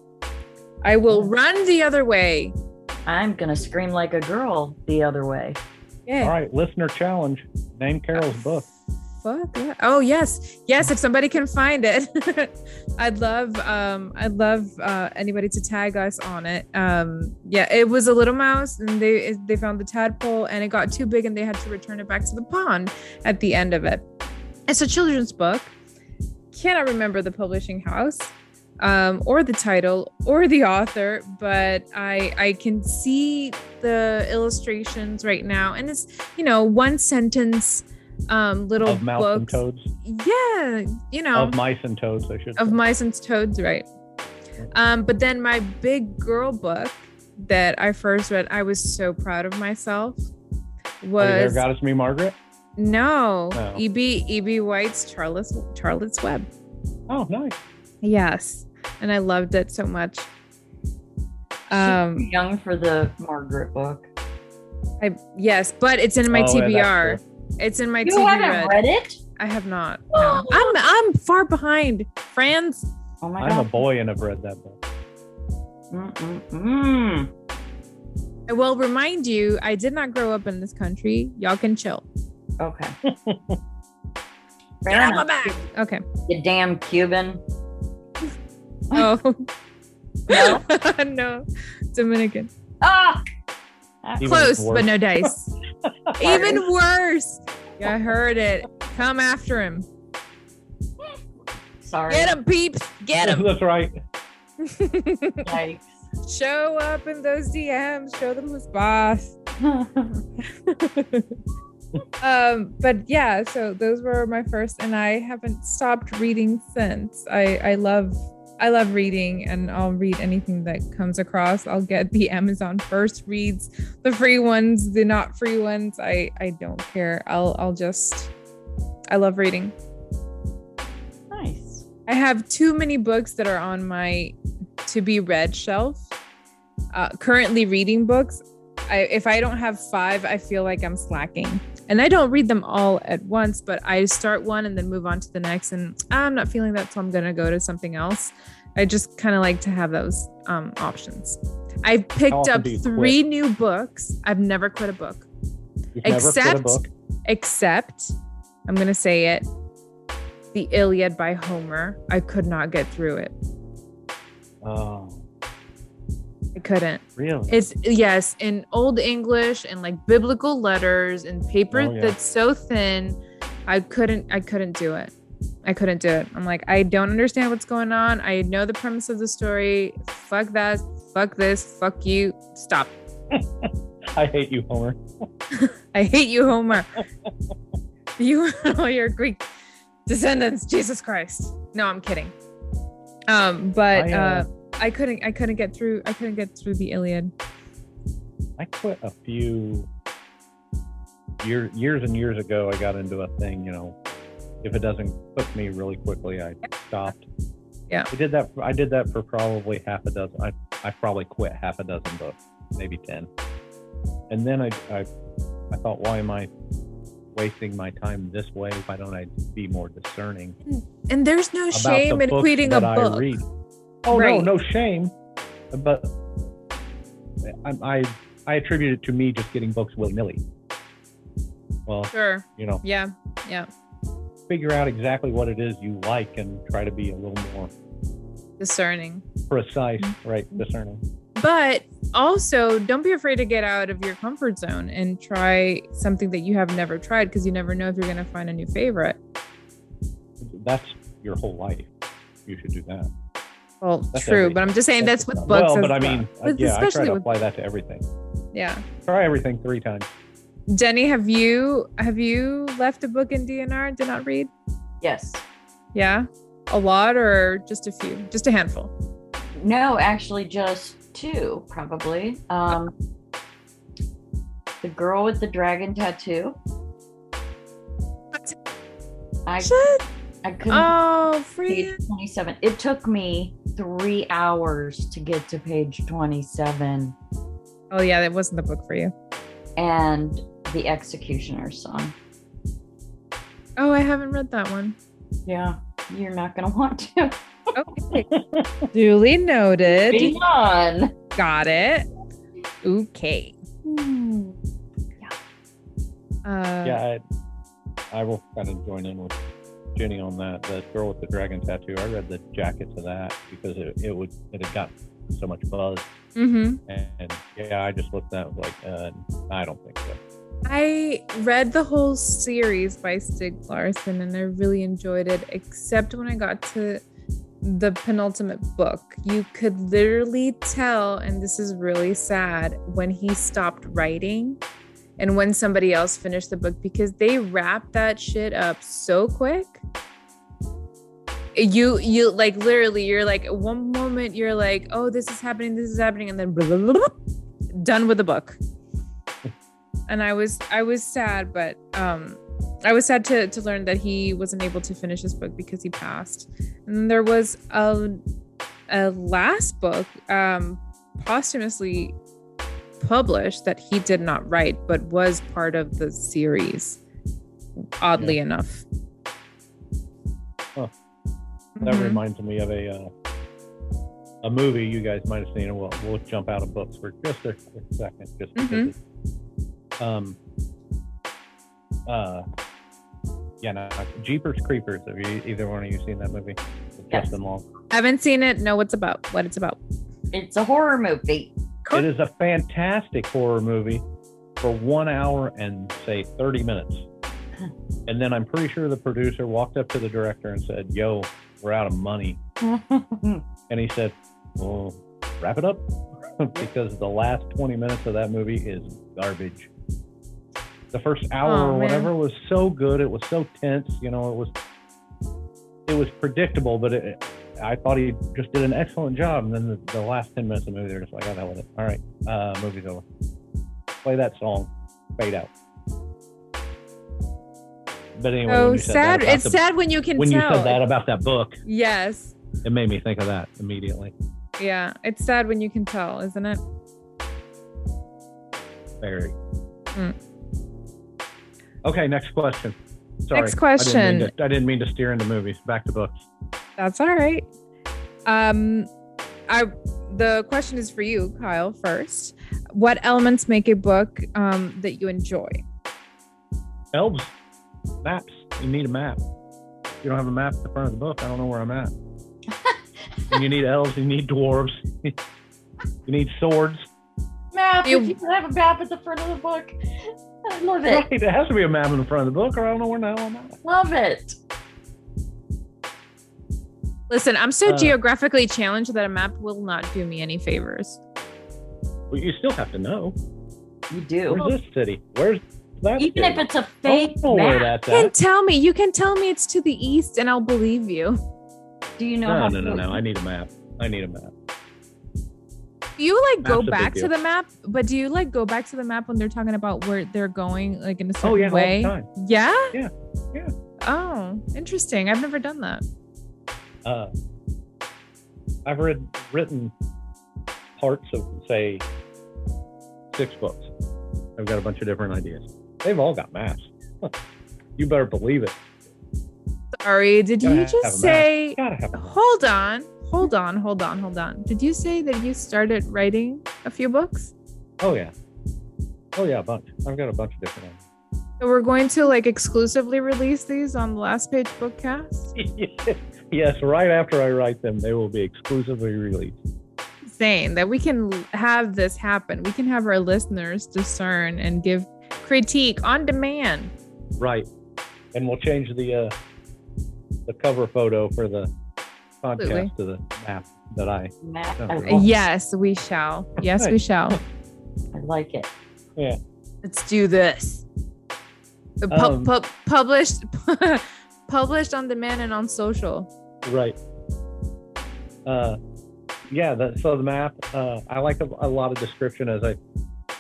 [SPEAKER 2] I will run the other way.
[SPEAKER 3] I'm gonna scream like a girl the other way.
[SPEAKER 1] All
[SPEAKER 2] Yeah.
[SPEAKER 1] right, listener challenge. Name Carol's book.
[SPEAKER 2] Fuck yeah. Oh yes. Yes, if somebody can find it. [LAUGHS] I'd love um I'd love uh anybody to tag us on it. Um yeah, it was a little mouse and they it- they found the tadpole and it got too big and they had to return it back to the pond at the end of it. It's a children's book. Cannot remember the publishing house. um, or the title or the author, but I I can see the illustrations right now, and it's you know one sentence um, little
[SPEAKER 1] Of mouse and
[SPEAKER 2] books.
[SPEAKER 1] toads.
[SPEAKER 2] Yeah, you know
[SPEAKER 1] Of mice and toads, I should.
[SPEAKER 2] of
[SPEAKER 1] say.
[SPEAKER 2] mice and toads, right? Um, but then my big girl book that I first read, I was so proud of myself.
[SPEAKER 1] Are you Oh. there,
[SPEAKER 2] Was
[SPEAKER 1] goddess me Margaret?
[SPEAKER 2] no,
[SPEAKER 1] No.
[SPEAKER 2] E. B. E. B. White's Charlotte's Charlotte's Web.
[SPEAKER 1] Oh, nice.
[SPEAKER 2] Yes, and I loved it so much.
[SPEAKER 3] Um,
[SPEAKER 2] Um,
[SPEAKER 3] young for the Margaret book.
[SPEAKER 2] I yes, but it's in my
[SPEAKER 1] Oh, yeah, that's
[SPEAKER 2] TBR. it's in my
[SPEAKER 3] You
[SPEAKER 2] TBR.
[SPEAKER 3] haven't read it?
[SPEAKER 2] I have
[SPEAKER 3] [GASPS]
[SPEAKER 2] not.
[SPEAKER 3] Oh.
[SPEAKER 2] No. I'm I'm far behind, friends.
[SPEAKER 3] Oh my
[SPEAKER 1] I'm a
[SPEAKER 3] god.
[SPEAKER 1] boy and I've read that book.
[SPEAKER 3] Mm, mm, mm.
[SPEAKER 2] I will remind you, I did not grow up in this country. Y'all can chill.
[SPEAKER 3] Okay.
[SPEAKER 2] Get
[SPEAKER 3] Fair
[SPEAKER 2] out my
[SPEAKER 3] enough,
[SPEAKER 2] back. Okay.
[SPEAKER 3] You damn Cuban.
[SPEAKER 2] [LAUGHS] Oh
[SPEAKER 3] No.
[SPEAKER 2] [LAUGHS] no, Dominican.
[SPEAKER 3] Ah.
[SPEAKER 1] Even
[SPEAKER 2] Close,
[SPEAKER 1] worse.
[SPEAKER 2] but
[SPEAKER 1] [LAUGHS]
[SPEAKER 2] no dice. Even worse. Yeah, I heard it. Come after him.
[SPEAKER 3] Sorry.
[SPEAKER 2] Get him, peeps. Get him.
[SPEAKER 1] That's right.
[SPEAKER 3] Yikes.
[SPEAKER 2] [LAUGHS] show up in those DMs, show them who's boss. Um, but yeah, so those were my first, and I haven't stopped reading since. I I love I love reading, and I'll read anything that comes across. I'll get the [LAUGHS] Amazon first reads, the free ones, the not free ones. I I don't care. I'll I'll just I love reading.
[SPEAKER 3] [LAUGHS] nice.
[SPEAKER 2] I have too many books that are on my to be read shelf. Uh, currently reading books. I, if I don't have five, I feel like I'm slacking. And I don't read them all at once, but I start one and then move on to the next. And I'm not feeling that, so I'm going to go to something else. I just kind of like to have those um, options. I picked
[SPEAKER 1] often
[SPEAKER 2] up
[SPEAKER 1] do you
[SPEAKER 2] three new books. I've never quit a book,
[SPEAKER 1] You've never quit a
[SPEAKER 2] Except-
[SPEAKER 1] book.
[SPEAKER 2] except I'm going to say it The Iliad by Homer. I could not get through it.
[SPEAKER 1] Oh,
[SPEAKER 2] I couldn't.
[SPEAKER 1] really? [LAUGHS]
[SPEAKER 2] It's yes, in old English and like biblical letters and paper
[SPEAKER 1] Oh, yeah.
[SPEAKER 2] that's so thin, I couldn't I couldn't do it. I couldn't do it. I'm like, I don't understand what's going on. I know the premise of the story. Fuck that. Fuck this. Fuck you. Stop.
[SPEAKER 1] I hate you, Homer.
[SPEAKER 2] I hate you, Homer. [LAUGHS] you and all your Greek descendants. Jesus Christ. No, I'm kidding. Um, but
[SPEAKER 1] I,
[SPEAKER 2] uh,
[SPEAKER 1] uh,
[SPEAKER 2] I couldn't. I couldn't get through. I couldn't get through the Iliad.
[SPEAKER 1] I quit a few year, years and years ago. I got into a thing, you know, if it doesn't hook me really quickly, I stopped.
[SPEAKER 2] Yeah.
[SPEAKER 1] I did that. I did that for probably half a dozen. I, I probably quit half a dozen books, maybe 10. And then I, I, I thought, why am I wasting my time this way? Why don't I be more discerning
[SPEAKER 2] And there's no
[SPEAKER 1] about
[SPEAKER 2] shame
[SPEAKER 1] the
[SPEAKER 2] in
[SPEAKER 1] books
[SPEAKER 2] quitting a
[SPEAKER 1] that
[SPEAKER 2] book.
[SPEAKER 1] I read? Oh
[SPEAKER 2] Right.
[SPEAKER 1] no, no shame. But I, I I attribute it to me just getting books willy nilly. Well,
[SPEAKER 2] Sure.
[SPEAKER 1] you know,
[SPEAKER 2] Yeah. Yeah.
[SPEAKER 1] figure out exactly what it is you like and try to be a little more
[SPEAKER 2] Discerning.
[SPEAKER 1] precise,
[SPEAKER 2] Mm-hmm.
[SPEAKER 1] right? Discerning.
[SPEAKER 2] But also, don't be afraid to get out of your comfort zone and try something that you have never tried because you never know if you're going to find a new favorite.
[SPEAKER 1] That's your whole life. You should do that.
[SPEAKER 2] Well,
[SPEAKER 1] That's
[SPEAKER 2] true,
[SPEAKER 1] everything.
[SPEAKER 2] but I'm just saying that's, with books.
[SPEAKER 1] Well,
[SPEAKER 2] as
[SPEAKER 1] but I mean,
[SPEAKER 2] well. With-
[SPEAKER 1] yeah, I try
[SPEAKER 2] especially
[SPEAKER 1] to
[SPEAKER 2] with
[SPEAKER 1] apply that to everything.
[SPEAKER 2] yeah.
[SPEAKER 1] Try everything three times.
[SPEAKER 2] Jenny, have you have you left a book in DNR and did not read?
[SPEAKER 3] Yes.
[SPEAKER 2] Yeah, a lot or just a few, just a handful.
[SPEAKER 3] No, actually, just two, probably. Um, the girl with the dragon tattoo. I
[SPEAKER 2] Shit.
[SPEAKER 3] I couldn't.
[SPEAKER 2] Oh,
[SPEAKER 3] page
[SPEAKER 2] freaking
[SPEAKER 3] 27. It took me three hours to get to page 27
[SPEAKER 2] Oh yeah, that wasn't the book for you.
[SPEAKER 3] and the Executioner song.
[SPEAKER 2] Oh, I haven't read that one.
[SPEAKER 3] Yeah, you're not going to [LAUGHS] want to.
[SPEAKER 2] Okay. Duly noted.
[SPEAKER 3] Be on.
[SPEAKER 2] Got it. Okay.
[SPEAKER 3] Hmm.
[SPEAKER 2] Uh,
[SPEAKER 1] yeah, I, I will kind of join in with Jenny on that. The girl with the dragon tattoo. I read the jacket to that because it, it would it had got so much buzz,
[SPEAKER 2] hmm
[SPEAKER 1] and, and, yeah, I just looked at it like uh, I don't think so.
[SPEAKER 2] I read the whole series by Stig Larsson and I really enjoyed it, except when I got to the penultimate book. You could literally tell, and this is really sad, when he stopped writing and when somebody else finished the book because they wrapped that shit up so quick. You you like literally you're like one moment you're like oh this is happening this is happening and then blah, blah, blah, blah, done with the book and I was I was sad, but um, I was sad to to learn that he wasn't able to finish his book because he passed. And then there was a a last book um, posthumously published that he did not write, but was part of the series. Oddly enough.
[SPEAKER 1] Huh. That
[SPEAKER 2] Mhm.
[SPEAKER 1] reminds me of a uh, a movie you guys might have seen, and we'll, we'll jump out of books for just a, a second, just because.
[SPEAKER 2] Mhm.
[SPEAKER 1] it's- Um. Uh. Yeah, no, Jeepers Creepers. Have you, either one of you seen that movie? With
[SPEAKER 3] Yes.
[SPEAKER 1] Justin Long.
[SPEAKER 2] Haven't seen it. Know what's about. What it's about.
[SPEAKER 3] It's a horror [LAUGHS] movie.
[SPEAKER 2] Cool.
[SPEAKER 1] It is a fantastic horror movie for one hour and say 30 minutes. And then I'm pretty sure the producer walked up to the director and said, Yo, we're out of money.
[SPEAKER 3] oh,
[SPEAKER 1] And he said, we'll wrap it up [LAUGHS] because the last 20 minutes of that movie is garbage. The first hour
[SPEAKER 2] Aw,
[SPEAKER 1] or
[SPEAKER 2] man.
[SPEAKER 1] whatever was so good. It was so tense. You know, it was it was predictable, but it, I thought he just did an excellent job. And then the, the last 10 minutes of the movie, they're just like, "I that with it. All right, uh, movie's over. Play that song. Fade out." But anyway, when
[SPEAKER 2] so
[SPEAKER 1] you said that
[SPEAKER 2] Oh, sad.
[SPEAKER 1] about
[SPEAKER 2] It's
[SPEAKER 1] the-
[SPEAKER 2] sad when you can
[SPEAKER 1] when
[SPEAKER 2] tell.
[SPEAKER 1] you said that about that book,
[SPEAKER 2] Yes.
[SPEAKER 1] it made me think of that immediately.
[SPEAKER 2] Yeah. It's sad when you can tell, isn't it?
[SPEAKER 1] Very.
[SPEAKER 2] Mm.
[SPEAKER 1] Okay, next question. Sorry,
[SPEAKER 2] Next
[SPEAKER 1] I didn't, mean
[SPEAKER 2] question.
[SPEAKER 1] to, I didn't mean to steer into movies. Back to books.
[SPEAKER 2] That's all right. Um, I the question is for you, Kyle. First, what elements make a book um, that you enjoy?
[SPEAKER 1] Elves, maps. You need a map. If you don't have a map at the front of the book, I don't know where
[SPEAKER 3] [LAUGHS]
[SPEAKER 1] I'm at. and you need elves. You need dwarves. [LAUGHS] you need
[SPEAKER 3] [LAUGHS]
[SPEAKER 1] swords.
[SPEAKER 3] Map.
[SPEAKER 2] You-
[SPEAKER 3] If you have a map at the front of the book, I love it.
[SPEAKER 1] Right. It has to be a map in the front of the book, or I don't know where the hell I'm at.
[SPEAKER 3] Love it.
[SPEAKER 2] Listen, I'm so
[SPEAKER 1] Uh,
[SPEAKER 2] geographically challenged that a map will not do me any favors.
[SPEAKER 1] Well, you still have to know.
[SPEAKER 3] You do.
[SPEAKER 1] Where's this city? Where's that?
[SPEAKER 3] Even
[SPEAKER 1] city?
[SPEAKER 3] if it's a
[SPEAKER 1] I
[SPEAKER 3] fake
[SPEAKER 1] don't know where
[SPEAKER 3] map,
[SPEAKER 1] that's
[SPEAKER 2] You can
[SPEAKER 1] at.
[SPEAKER 2] tell me. You can tell me it's to the east, and I'll believe you.
[SPEAKER 3] do you know
[SPEAKER 1] No,
[SPEAKER 3] how
[SPEAKER 1] no, no,
[SPEAKER 3] to-
[SPEAKER 1] no. I need a map. I need a map.
[SPEAKER 2] Do you like go
[SPEAKER 1] Map's a big
[SPEAKER 2] back to
[SPEAKER 1] deal.
[SPEAKER 2] the map? But do you like go back to the map when they're talking about where they're going, like in a certain
[SPEAKER 1] Oh yeah,
[SPEAKER 2] way?
[SPEAKER 1] all the time.
[SPEAKER 2] Yeah.
[SPEAKER 1] Yeah, yeah.
[SPEAKER 2] Oh, interesting. I've never done that.
[SPEAKER 1] Uh, I've read written parts of say six books. I've got a bunch of different ideas. They've all got maps. you better believe it.
[SPEAKER 2] Sorry, did
[SPEAKER 1] Gotta
[SPEAKER 2] you
[SPEAKER 1] have a map.
[SPEAKER 2] just say?
[SPEAKER 1] Gotta have a map.
[SPEAKER 2] Hold on, hold on, hold on, hold on. Did you say that you started writing a few books?
[SPEAKER 1] Oh yeah. Oh yeah, a bunch. I've got a bunch of different
[SPEAKER 2] So we're going to like exclusively release these on the Last Page Bookcast.
[SPEAKER 1] ones. [LAUGHS] yes, right after I write them, they will be exclusively released.
[SPEAKER 2] Saying that we can l- have this happen, we can have our listeners discern and give critique on demand.
[SPEAKER 1] Right. And we'll change the uh the cover photo for the podcast
[SPEAKER 2] Absolutely.
[SPEAKER 1] to the map that I
[SPEAKER 3] map.
[SPEAKER 1] No.
[SPEAKER 3] I, love-
[SPEAKER 2] Yes, we shall. Yes, we
[SPEAKER 1] Right.
[SPEAKER 2] shall.
[SPEAKER 3] I like it.
[SPEAKER 2] Let's do this. The pu-
[SPEAKER 1] Um,
[SPEAKER 2] pu- published, [LAUGHS] published on demand and on social.
[SPEAKER 1] Right. Uh, yeah. That, so the map. Uh, I like a, a lot of description, as I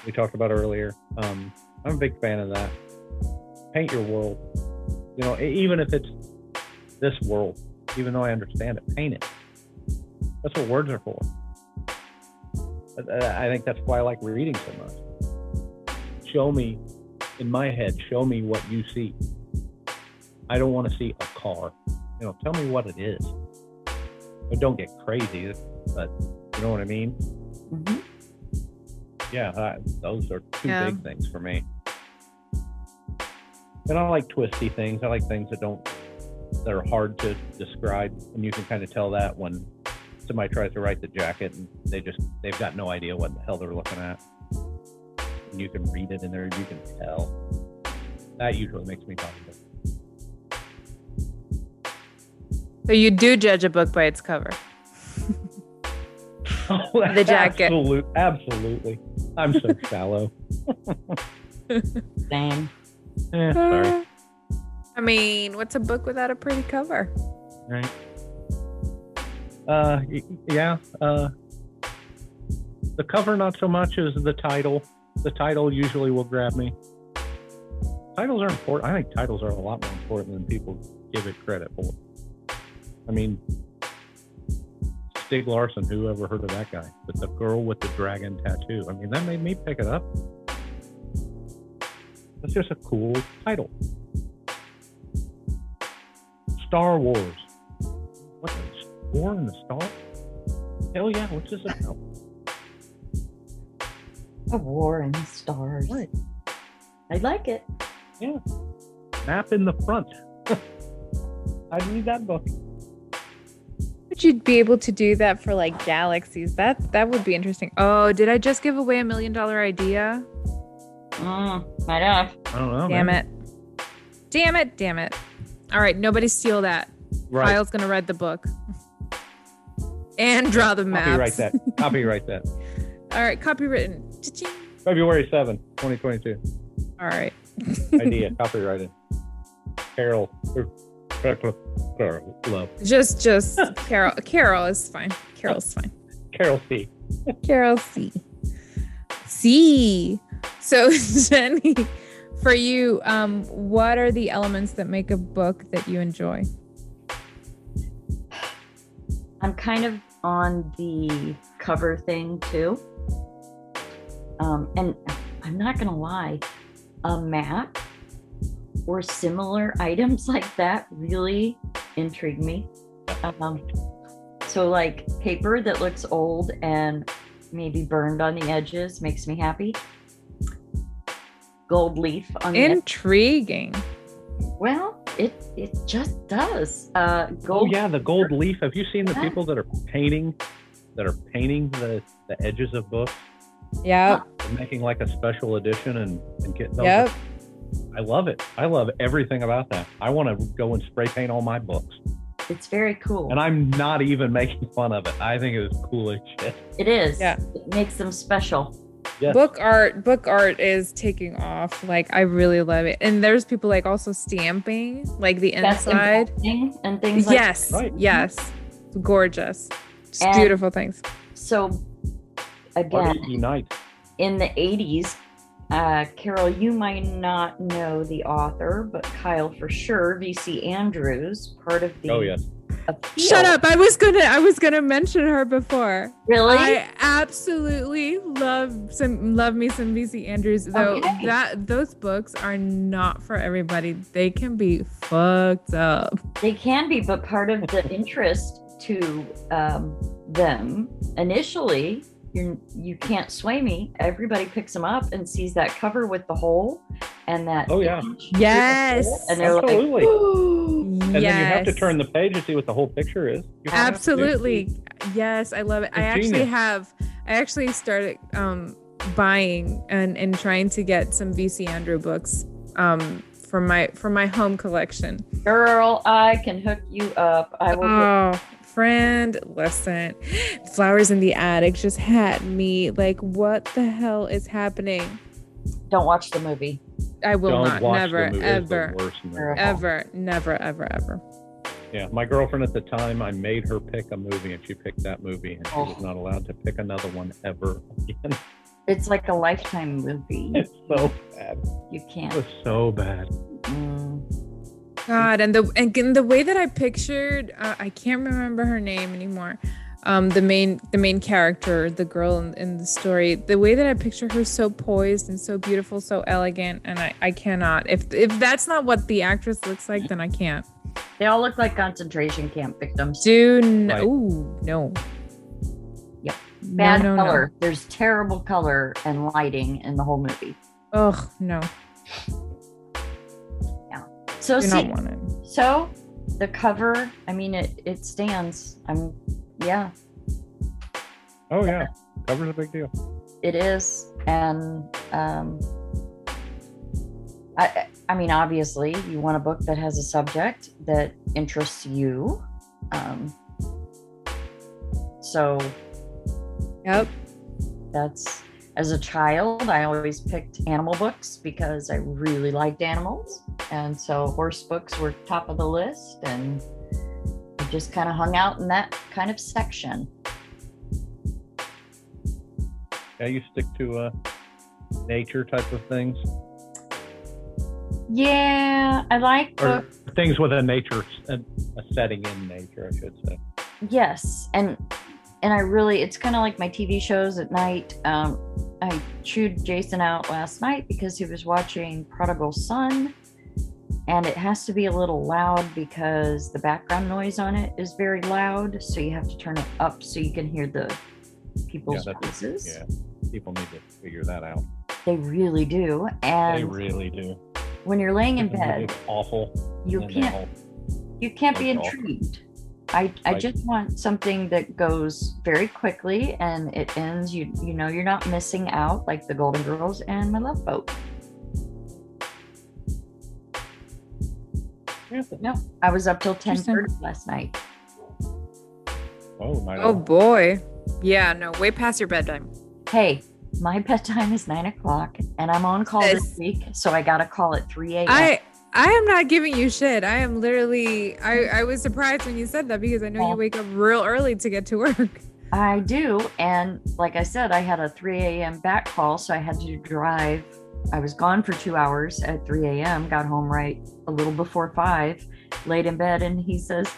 [SPEAKER 1] we talked about earlier. Um, I'm a big fan of that. Paint your world. You know, e- even if it's this world, even though I understand it, paint it. That's what words are for. I- I I think that's why I like reading so much. Show me, in my head, show me what you see. I don't want to see a car you know, tell me what it is. But don't get crazy, but you know what I mean?
[SPEAKER 3] Mhm.
[SPEAKER 1] Yeah, I, those are two
[SPEAKER 2] Yeah.
[SPEAKER 1] big things for me. And I like twisty things. I like things that don't, that are hard to describe. And you can kind of tell that when somebody tries to write the jacket and they just, they've got no idea what the hell they're looking at. And you can read it in there, you can tell. That usually makes me comfortable.
[SPEAKER 2] So you do judge a book by its cover.
[SPEAKER 1] [LAUGHS]
[SPEAKER 2] The jacket.
[SPEAKER 1] Absolute, absolutely. I'm so shallow.
[SPEAKER 3] Same.
[SPEAKER 1] Eh, [LAUGHS] sorry.
[SPEAKER 2] Uh, I mean, what's a book without a pretty cover?
[SPEAKER 1] Right. Uh, y- yeah. Uh, the cover not so much as the title. The title usually will grab me. Titles are important. I think titles are a lot more important than people give it credit for. I mean, Stig Larson. Who ever heard of that guy? But the girl with the dragon tattoo. I mean, that made me pick it up. That's just a cool title. Star Wars. What the War in the Star? Hell yeah, what's this about?
[SPEAKER 3] A war in the stars.
[SPEAKER 1] Right.
[SPEAKER 3] I like it.
[SPEAKER 1] Map in the front. [LAUGHS] I'd read that book.
[SPEAKER 2] Would you be able to do that for like galaxies? That that would be interesting. Oh, did I just give away a million dollar idea?
[SPEAKER 3] Mm, might have.
[SPEAKER 1] I don't know.
[SPEAKER 2] damn
[SPEAKER 1] Oh, man.
[SPEAKER 2] it! Damn it! Damn it! All right, nobody steal that.
[SPEAKER 1] Right.
[SPEAKER 2] Kyle's gonna read the book. and draw the maps.
[SPEAKER 1] Copyright that. Copyright that.
[SPEAKER 2] [LAUGHS] All right, copywritten. Cha-ching.
[SPEAKER 1] February 7th, 2022.
[SPEAKER 2] All right. [LAUGHS]
[SPEAKER 1] Idea. Copyrighted. Carol. er, Carol. Love.
[SPEAKER 2] Just,
[SPEAKER 1] [LAUGHS]
[SPEAKER 2] just Carol. Carol is fine. Carol's fine.
[SPEAKER 1] Carol C.
[SPEAKER 2] Carol C. C. So [LAUGHS] Jenny, for you, um, what are the elements that make a book that you enjoy?
[SPEAKER 3] I'm kind of on the cover thing too. Um, and I'm not going to lie, a map or similar [LAUGHS] items like that really intrigue me. Um, so, like paper that looks old and maybe burned on the edges makes me happy. Gold leaf on the edge.
[SPEAKER 2] Intriguing.
[SPEAKER 3] Well, it it just does. Uh,
[SPEAKER 1] Oh
[SPEAKER 3] gold
[SPEAKER 1] yeah, the gold leaf. Have you seen the
[SPEAKER 3] Yeah.
[SPEAKER 1] people that are painting, that are painting the, the edges of books,
[SPEAKER 2] Yep.
[SPEAKER 1] and making like a special edition and and getting those?
[SPEAKER 2] Yep.
[SPEAKER 1] I love it. I love everything about that. I want to go and spray paint all my books,
[SPEAKER 3] It's very cool.
[SPEAKER 1] and I'm not even [LAUGHS] making fun of it. I think it was cool as shit.
[SPEAKER 3] it is.
[SPEAKER 2] Yeah.
[SPEAKER 3] It makes them special.
[SPEAKER 1] Yes.
[SPEAKER 2] book art book art is taking off like i really love it and there's people like also stamping like the
[SPEAKER 3] That's
[SPEAKER 2] inside
[SPEAKER 3] embossing and things like
[SPEAKER 2] yes
[SPEAKER 1] Right.
[SPEAKER 2] yes gorgeous It's
[SPEAKER 3] And-
[SPEAKER 2] beautiful things
[SPEAKER 3] So
[SPEAKER 1] Why do
[SPEAKER 3] again,
[SPEAKER 1] you unite?
[SPEAKER 3] in the 80s, uh, Carol, you might not know the author, but Kyle for sure, VC Andrews, part of the
[SPEAKER 1] Oh yes.
[SPEAKER 3] appeal.
[SPEAKER 2] shut up i was gonna i was gonna mention her before
[SPEAKER 3] Really?
[SPEAKER 2] i absolutely love some love me some bc andrews though
[SPEAKER 3] Okay.
[SPEAKER 2] that those books are not for everybody they can be fucked up
[SPEAKER 3] They can be, but part of the interest to um, them initially, you you can't sway me. Everybody picks them up and sees that cover with the hole and that.
[SPEAKER 1] Oh, yeah.
[SPEAKER 3] image.
[SPEAKER 2] Yes.
[SPEAKER 3] And they're [GASPS] like,
[SPEAKER 1] Absolutely.
[SPEAKER 2] [GASPS]
[SPEAKER 3] "Ooh."
[SPEAKER 2] and
[SPEAKER 1] And then you have to turn the page to see what the whole picture is. You have to.
[SPEAKER 2] Absolutely. Yes, I love it. I
[SPEAKER 1] It's
[SPEAKER 2] actually
[SPEAKER 1] genius.
[SPEAKER 2] have I actually started um buying and and trying to get some VC Andrew books um for my for my home collection.
[SPEAKER 3] girl, I can hook you up. I will. get-
[SPEAKER 2] Oh, friend, listen. Flowers in the Attic just had me like what the hell is happening?
[SPEAKER 3] Don't watch the movie.
[SPEAKER 2] I will
[SPEAKER 1] Don't
[SPEAKER 2] not
[SPEAKER 1] watch the
[SPEAKER 2] never
[SPEAKER 1] movie. It's the
[SPEAKER 2] ever
[SPEAKER 1] worst movie.
[SPEAKER 3] Terrible.
[SPEAKER 2] ever never ever ever.
[SPEAKER 1] Yeah, my girlfriend at the time, I made her pick a movie, and she picked that movie, and she was
[SPEAKER 3] Oh.
[SPEAKER 1] not allowed to pick another one ever again.
[SPEAKER 3] It's like a lifetime movie.
[SPEAKER 1] It's so bad.
[SPEAKER 3] You
[SPEAKER 1] It
[SPEAKER 2] [LAUGHS]
[SPEAKER 3] can't.
[SPEAKER 1] was so bad.
[SPEAKER 3] Mm.
[SPEAKER 2] God, and the and g- the way that I pictured, uh, I can't remember her name anymore. Um, the main the main character, the girl in, in the story, the way that I picture her, so poised and so beautiful, so elegant, and I I cannot. If if that's not what the actress looks like, then I can't.
[SPEAKER 3] They all look like concentration camp victims.
[SPEAKER 2] Do no,
[SPEAKER 1] Right.
[SPEAKER 2] ooh, no.
[SPEAKER 3] Yep.
[SPEAKER 2] No,
[SPEAKER 3] Bad
[SPEAKER 2] no, no.
[SPEAKER 3] color. There's terrible color and lighting in the whole movie.
[SPEAKER 2] Ugh, no.
[SPEAKER 3] So
[SPEAKER 2] do
[SPEAKER 3] see,
[SPEAKER 2] not want it.
[SPEAKER 3] so the cover. I mean, it it stands. I'm, yeah,
[SPEAKER 1] Oh yeah, cover's a big deal.
[SPEAKER 3] it is. And um, I I- I mean, obviously, you want a book that has a subject that interests you. Um, so
[SPEAKER 2] Yep.
[SPEAKER 3] That's as a child, I always picked animal books because I really liked animals. And so horse books were top of the list. And I just kind of hung out in that kind of section.
[SPEAKER 1] Yeah, you stick to uh, nature type of things
[SPEAKER 3] Yeah, I like
[SPEAKER 1] or
[SPEAKER 3] books.
[SPEAKER 1] things with a nature, a, a setting in nature, I should say.
[SPEAKER 3] Yes. And and I really it's kind of like my TV shows at night. Um I chewed Jason out last night because he was watching Prodigal Son. And it has to be a little loud because the background noise on it is very loud. So you have to turn it up so you can hear the people's
[SPEAKER 1] Yeah, that's-
[SPEAKER 3] voices.
[SPEAKER 1] Yeah, people need to figure that out.
[SPEAKER 3] They really do. And
[SPEAKER 1] they really do.
[SPEAKER 3] when you're laying in
[SPEAKER 1] [LAUGHS] It's
[SPEAKER 3] bed,
[SPEAKER 1] awful. [LAUGHS]
[SPEAKER 3] you
[SPEAKER 1] and then
[SPEAKER 3] can't
[SPEAKER 1] they're all-
[SPEAKER 3] you can't be
[SPEAKER 1] Overall.
[SPEAKER 3] intrigued. I, I
[SPEAKER 1] Right.
[SPEAKER 3] just want something that goes very quickly and it ends. You you know you're not missing out like the Golden Girls and My Love Boat.
[SPEAKER 1] Yeah.
[SPEAKER 3] No, I was up till ten
[SPEAKER 2] Interesting.
[SPEAKER 3] thirty last night.
[SPEAKER 1] Oh, night
[SPEAKER 2] Oh
[SPEAKER 1] owl.
[SPEAKER 2] boy. Yeah, no, way past your bedtime.
[SPEAKER 3] Hey, my [LAUGHS] bedtime is nine o'clock and I'm on call this
[SPEAKER 2] Yes.
[SPEAKER 3] week, so I gotta call at 3 a.m.
[SPEAKER 2] I I am not giving you shit. I am literally I I was surprised when you said that because I know
[SPEAKER 3] Yeah.
[SPEAKER 2] you wake up real early to get to [LAUGHS] work.
[SPEAKER 3] I do. And like I said, I had a 3 a.m. back call, so I had to drive. I was gone for two hours at 3 a.m., got home right a little before five, laid in bed. And he says,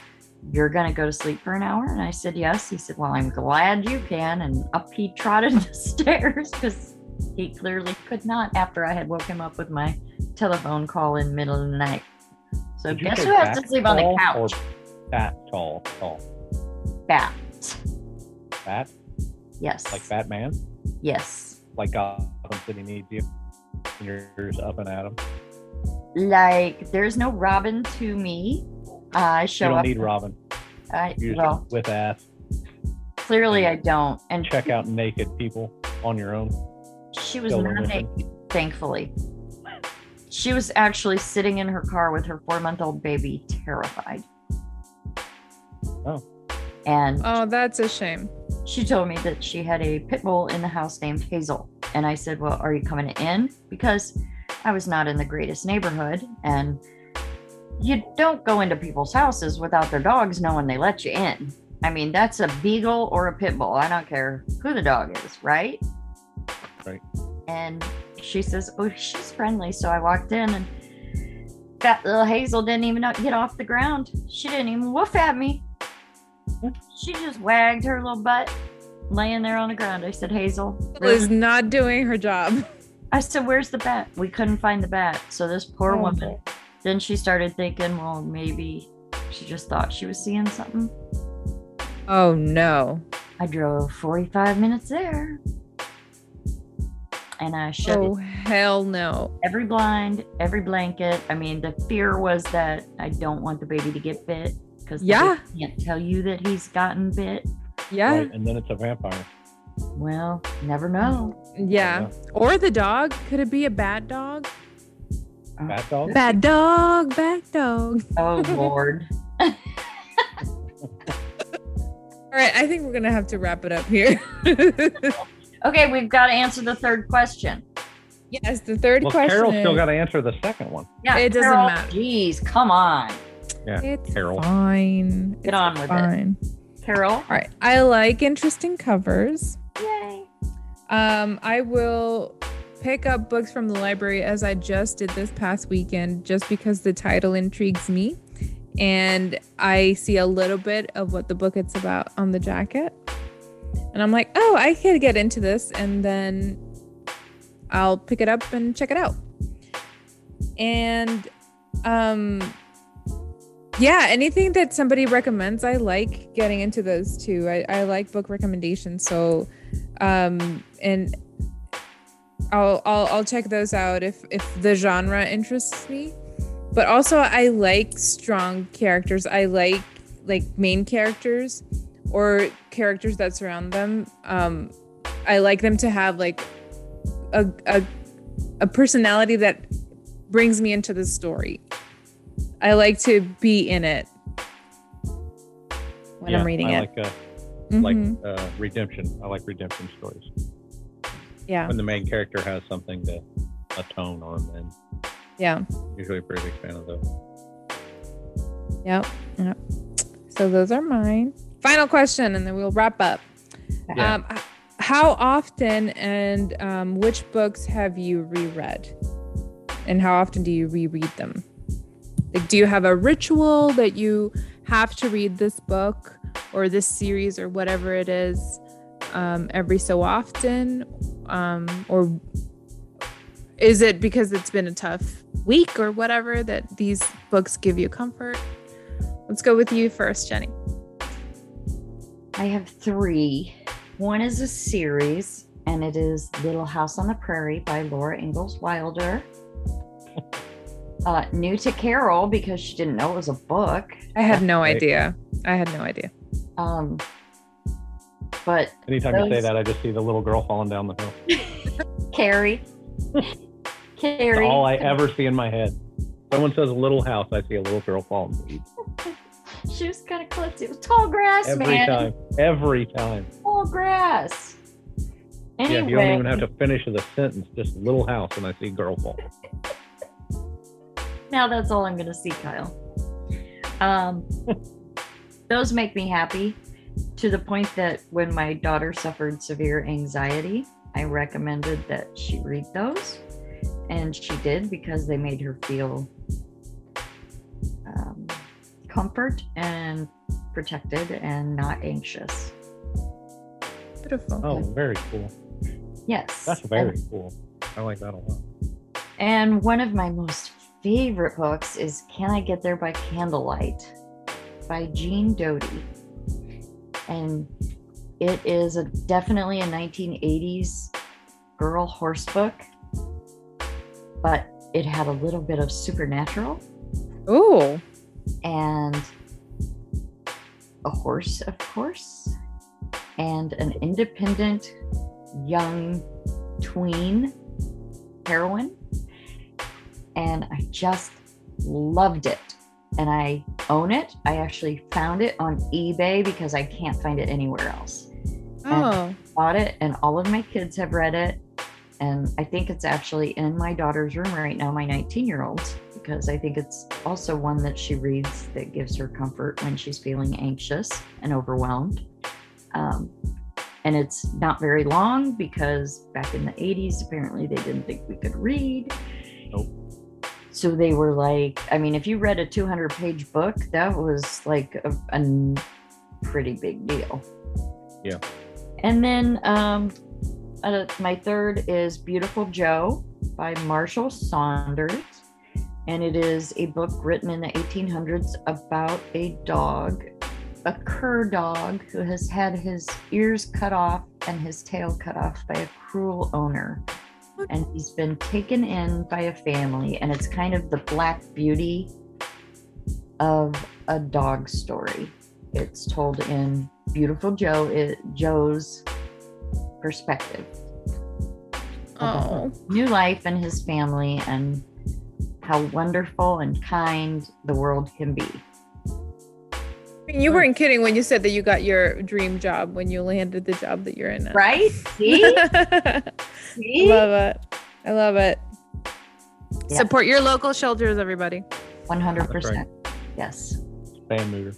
[SPEAKER 3] You're going to go to sleep for an hour? And I said, Yes. He said, Well, I'm glad you can. And up he [LAUGHS] trotted the stairs because he clearly could not after I had woke him up with my telephone call in the middle of the night. So
[SPEAKER 1] Did you
[SPEAKER 3] guess
[SPEAKER 1] say
[SPEAKER 3] who has to
[SPEAKER 1] back
[SPEAKER 3] sleep on the
[SPEAKER 1] tall or
[SPEAKER 3] couch?
[SPEAKER 1] Bat tall, tall.
[SPEAKER 3] Bat.
[SPEAKER 1] Bat?
[SPEAKER 3] Yes.
[SPEAKER 1] Like Batman?
[SPEAKER 3] Yes.
[SPEAKER 1] Like Gotham City needs you. And you're you're just up and at 'em.
[SPEAKER 3] like there's no Robin to me. I
[SPEAKER 1] You
[SPEAKER 3] show
[SPEAKER 1] don't
[SPEAKER 3] up.
[SPEAKER 1] need Robin.
[SPEAKER 3] I,
[SPEAKER 1] You just
[SPEAKER 3] well,
[SPEAKER 1] with ass.
[SPEAKER 3] clearly I don't. And
[SPEAKER 1] Check out naked people on your own.
[SPEAKER 3] she was
[SPEAKER 1] Go
[SPEAKER 3] not
[SPEAKER 1] on with
[SPEAKER 3] naked, thankfully. She was actually sitting in her car with her four-month-old baby, terrified.
[SPEAKER 1] Oh.
[SPEAKER 3] And
[SPEAKER 2] Oh, that's a shame.
[SPEAKER 3] she told me that she had a pit bull in the house named Hazel. And I said, Well, are you coming in? Because I was not in the greatest neighborhood. And you don't go into people's houses without their dogs knowing they let you in. I mean, that's a beagle or a pit bull. I don't care who the dog is, right?
[SPEAKER 1] Right.
[SPEAKER 3] And she says, Oh, she's friendly. So I walked in and that little Hazel didn't even get off the ground. She didn't even woof at me. She just wagged her little butt laying there on the ground. I said, Hazel,
[SPEAKER 2] Is
[SPEAKER 3] really?
[SPEAKER 2] not doing her job.
[SPEAKER 3] I said, where's the bat? We couldn't find the bat. So this poor
[SPEAKER 2] Oh,
[SPEAKER 3] woman, then she started thinking, well, maybe she just thought she was seeing something.
[SPEAKER 2] Oh no.
[SPEAKER 3] I drove 45 minutes there and I shut
[SPEAKER 2] Oh hell no.
[SPEAKER 3] every blind, every blanket. I mean, the fear was that I don't want the baby to get bit because
[SPEAKER 2] Yeah.
[SPEAKER 3] can't tell you that he's gotten bit.
[SPEAKER 2] Yeah.
[SPEAKER 1] Right? And then it's a vampire.
[SPEAKER 3] Well, never know.
[SPEAKER 2] Yeah. Or the dog. Could it be a bad dog?
[SPEAKER 1] Bat dog?
[SPEAKER 2] Bad dog, bad dog. [LAUGHS]
[SPEAKER 3] Oh Lord.
[SPEAKER 2] All right, I think we're gonna have to wrap it up here. [LAUGHS]
[SPEAKER 3] Okay, we've got to answer the third question.
[SPEAKER 2] yes, the third
[SPEAKER 1] Well,
[SPEAKER 2] question.
[SPEAKER 1] Carol's still
[SPEAKER 2] is-
[SPEAKER 1] got to answer the second one.
[SPEAKER 3] Yeah,
[SPEAKER 2] It doesn't
[SPEAKER 3] Carol,
[SPEAKER 2] matter.
[SPEAKER 3] Geez, come on,
[SPEAKER 2] It's
[SPEAKER 1] Carol.
[SPEAKER 2] fine.
[SPEAKER 3] Get
[SPEAKER 2] It's
[SPEAKER 3] on with it.
[SPEAKER 2] fine.
[SPEAKER 3] Carol.
[SPEAKER 2] All right. I like interesting covers.
[SPEAKER 3] Yay.
[SPEAKER 2] Um, I will pick up books from the library as I just did this past weekend, just because the title intrigues me, and I see a little bit of what the book it's about on the jacket, and I'm like, oh, I could get into this, and then I'll pick it up and check it out. And um yeah, anything that somebody recommends, I like getting into those too. I, I like book recommendations. So um and I'll, I'll I'll check those out if if the genre interests me. But also I like strong characters. I like like main characters or characters that surround them. Um I like them to have like a a, a personality that brings me into the story. I like to be in it when
[SPEAKER 1] Yeah,
[SPEAKER 2] I'm reading
[SPEAKER 1] I
[SPEAKER 2] it.
[SPEAKER 1] Like, uh,
[SPEAKER 2] Mhm.
[SPEAKER 1] like uh, redemption. I like redemption stories.
[SPEAKER 2] yeah.
[SPEAKER 1] When the main character has something to atone on, then
[SPEAKER 2] Yeah.
[SPEAKER 1] usually a pretty big fan of those.
[SPEAKER 2] Yep. Yep. So those are mine. Final question, and then we'll wrap up.
[SPEAKER 1] Yeah.
[SPEAKER 2] Um, h- how often and um, which books have you reread? And how often do you reread them? Like, do you have a ritual that you have to read this book or this series or whatever it is um, every so often? Um, or is it because it's been a tough week or whatever that these books give you comfort? Let's go with you first, Jenny.
[SPEAKER 3] I have three. One is a series, and it is Little House on the Prairie by Laura Ingalls
[SPEAKER 1] [LAUGHS]
[SPEAKER 3] Wilder. Uh, new to Carol because she didn't know it was a book.
[SPEAKER 2] I had no
[SPEAKER 1] Right.
[SPEAKER 2] idea. I had no idea.
[SPEAKER 3] Um, but
[SPEAKER 1] Anytime you say
[SPEAKER 3] those-
[SPEAKER 1] that, I just see the little girl falling down the hill. [LAUGHS]
[SPEAKER 3] Carrie,
[SPEAKER 1] It's
[SPEAKER 3] Carrie,
[SPEAKER 1] all I ever see in my head. Someone says little house, I see a little girl falling.
[SPEAKER 3] she was kind of klutzy. It was tall grass,
[SPEAKER 1] Every
[SPEAKER 3] man.
[SPEAKER 1] time. Every time.
[SPEAKER 3] Tall grass. Anyway,
[SPEAKER 1] Yeah, you don't even have to finish the sentence. Just little house, and I see girl fall.
[SPEAKER 3] now that's all I'm gonna see, Kyle.
[SPEAKER 1] [LAUGHS]
[SPEAKER 3] Um, those make me happy to the point that when my daughter suffered severe anxiety, I recommended that she read those, and she did because they made her feel um, comfort and protected and not anxious.
[SPEAKER 2] Beautiful.
[SPEAKER 1] Oh, very cool.
[SPEAKER 3] Yes,
[SPEAKER 1] That's very cool. I like that a lot.
[SPEAKER 3] And one of my most favorite books is Can I Get There by Candlelight by Jean Doty. And it is a, definitely a 1980s girl horse book, but it had a little bit of supernatural Oh.
[SPEAKER 2] Ooh.
[SPEAKER 3] and a horse, of course, and an independent young tween heroine. And I just loved it. And I own it. I actually found it on eBay because I can't find it anywhere else.
[SPEAKER 2] Oh.
[SPEAKER 3] Bought it, and all of my kids have read it. And I think it's actually in my daughter's room right now, my 19 year old, because I think it's also one that she reads that gives her comfort when she's feeling anxious and overwhelmed. Um, and it's not very long because back in the 80s, apparently they didn't think we could read.
[SPEAKER 1] Nope.
[SPEAKER 3] So they were like, I mean, if you read a 200 page book, that was like a, a n- pretty big deal.
[SPEAKER 1] Yeah.
[SPEAKER 3] And then um, uh, my third is Beautiful Joe by Marshall Saunders. And it is a book written in the 1800s about a dog, a cur dog, who has had his ears cut off and his tail cut off by a cruel owner. And he's been taken in by a family, and it's kind of the black beauty of a dog story. It's told in beautiful Joe it, Joe's perspective
[SPEAKER 2] Oh.
[SPEAKER 3] new life and his family and how wonderful and kind the world can be.
[SPEAKER 2] I mean, you weren't kidding when you said that you got your dream job when you landed the job that you're in. now. [LAUGHS]
[SPEAKER 3] Right? See?
[SPEAKER 2] love
[SPEAKER 3] See?
[SPEAKER 2] it. I love it.
[SPEAKER 3] Yeah.
[SPEAKER 2] Support your local shelters, everybody.
[SPEAKER 3] 100%. Yes.
[SPEAKER 1] Fan mover.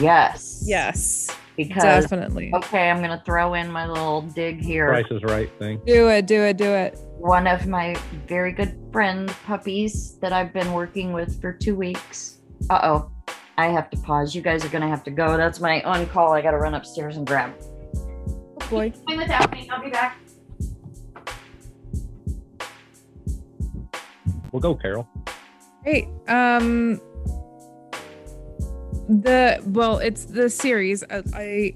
[SPEAKER 3] Yes.
[SPEAKER 2] Yes,
[SPEAKER 3] Because, Oh.
[SPEAKER 2] definitely.
[SPEAKER 3] okay, I'm going to throw in my little dig here.
[SPEAKER 1] Price is right thing.
[SPEAKER 2] Do it, do it, do it.
[SPEAKER 3] One of my very good friend puppies that I've been working with for two weeks. Uh oh. I have to pause. You guys are going to have to go. That's my on call. I got to run upstairs and grab.
[SPEAKER 2] Oh, boy.
[SPEAKER 3] Fine without me. I'll be back.
[SPEAKER 1] Well, go, Carol.
[SPEAKER 2] Great. Um, the well, it's the series. I, I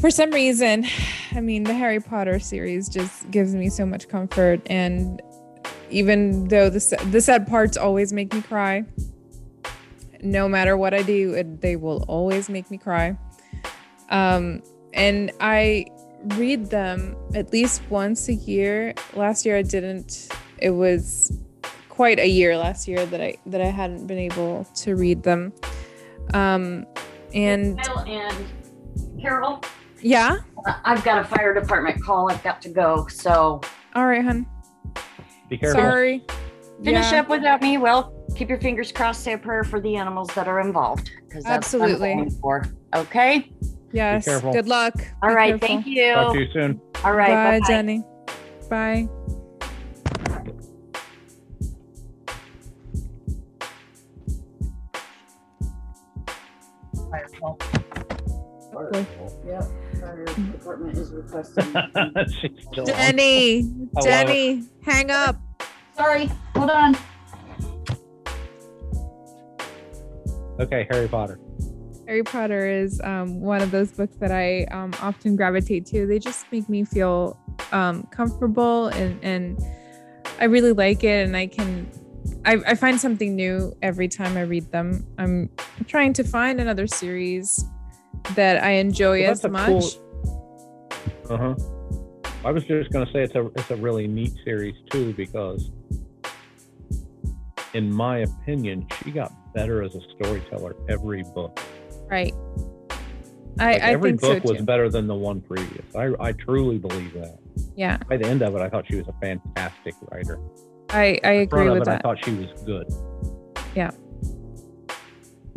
[SPEAKER 2] for some reason, I mean, the Harry Potter series just gives me so much comfort, and even though the sa- the sad parts always make me cry, no matter what I do, it, they will always make me cry. Um, and I read them at least once a year. Last year I didn't. It was quite a year last year that I that I hadn't been able to read them. Um, and
[SPEAKER 3] Kyle and Carol,
[SPEAKER 2] yeah,
[SPEAKER 3] uh, I've got a fire department call. I've got to go. So
[SPEAKER 2] all right, hun.
[SPEAKER 1] Be careful.
[SPEAKER 2] Sorry.
[SPEAKER 3] finish
[SPEAKER 2] Yeah.
[SPEAKER 3] up without me. Well, keep your fingers crossed. Say a prayer for the animals that are involved. 'cause that's what I'm
[SPEAKER 2] Absolutely.
[SPEAKER 3] going For. Okay.
[SPEAKER 2] Yes.
[SPEAKER 1] careful.
[SPEAKER 2] Good luck.
[SPEAKER 3] All
[SPEAKER 2] Be
[SPEAKER 3] right.
[SPEAKER 2] careful.
[SPEAKER 3] Thank you.
[SPEAKER 1] Talk to you soon.
[SPEAKER 3] All right.
[SPEAKER 2] Bye,
[SPEAKER 3] bye-bye.
[SPEAKER 2] Jenny. Bye.
[SPEAKER 3] Fire call. Or-
[SPEAKER 2] Okay.
[SPEAKER 3] Yep. Fire department is
[SPEAKER 1] [LAUGHS]
[SPEAKER 3] requesting.
[SPEAKER 1] She's still on.
[SPEAKER 2] Jenny.
[SPEAKER 1] I love
[SPEAKER 2] Jenny, hang up.
[SPEAKER 3] Sorry. Hold on.
[SPEAKER 1] Okay, Harry Potter.
[SPEAKER 2] Harry Potter is um, one of those books that I um, often gravitate to. They just make me feel um, comfortable and, and I really like it. And I can, I, I find something new every time I read them. I'm trying to find another series that I enjoy
[SPEAKER 1] Well,
[SPEAKER 2] as
[SPEAKER 1] that's a
[SPEAKER 2] much.
[SPEAKER 1] Uh huh. I was just gonna say it's a it's a really neat series too because, in my opinion, she got better as a storyteller every book.
[SPEAKER 2] Right. I,
[SPEAKER 1] Like,
[SPEAKER 2] I
[SPEAKER 1] every
[SPEAKER 2] think
[SPEAKER 1] book
[SPEAKER 2] so
[SPEAKER 1] was
[SPEAKER 2] too.
[SPEAKER 1] better than the one previous. I, I truly believe that.
[SPEAKER 2] Yeah,
[SPEAKER 1] By the end of it, I thought she was a fantastic writer.
[SPEAKER 2] I, I
[SPEAKER 1] In front
[SPEAKER 2] agree
[SPEAKER 1] of
[SPEAKER 2] with
[SPEAKER 1] it, I
[SPEAKER 2] that.
[SPEAKER 1] thought she was good.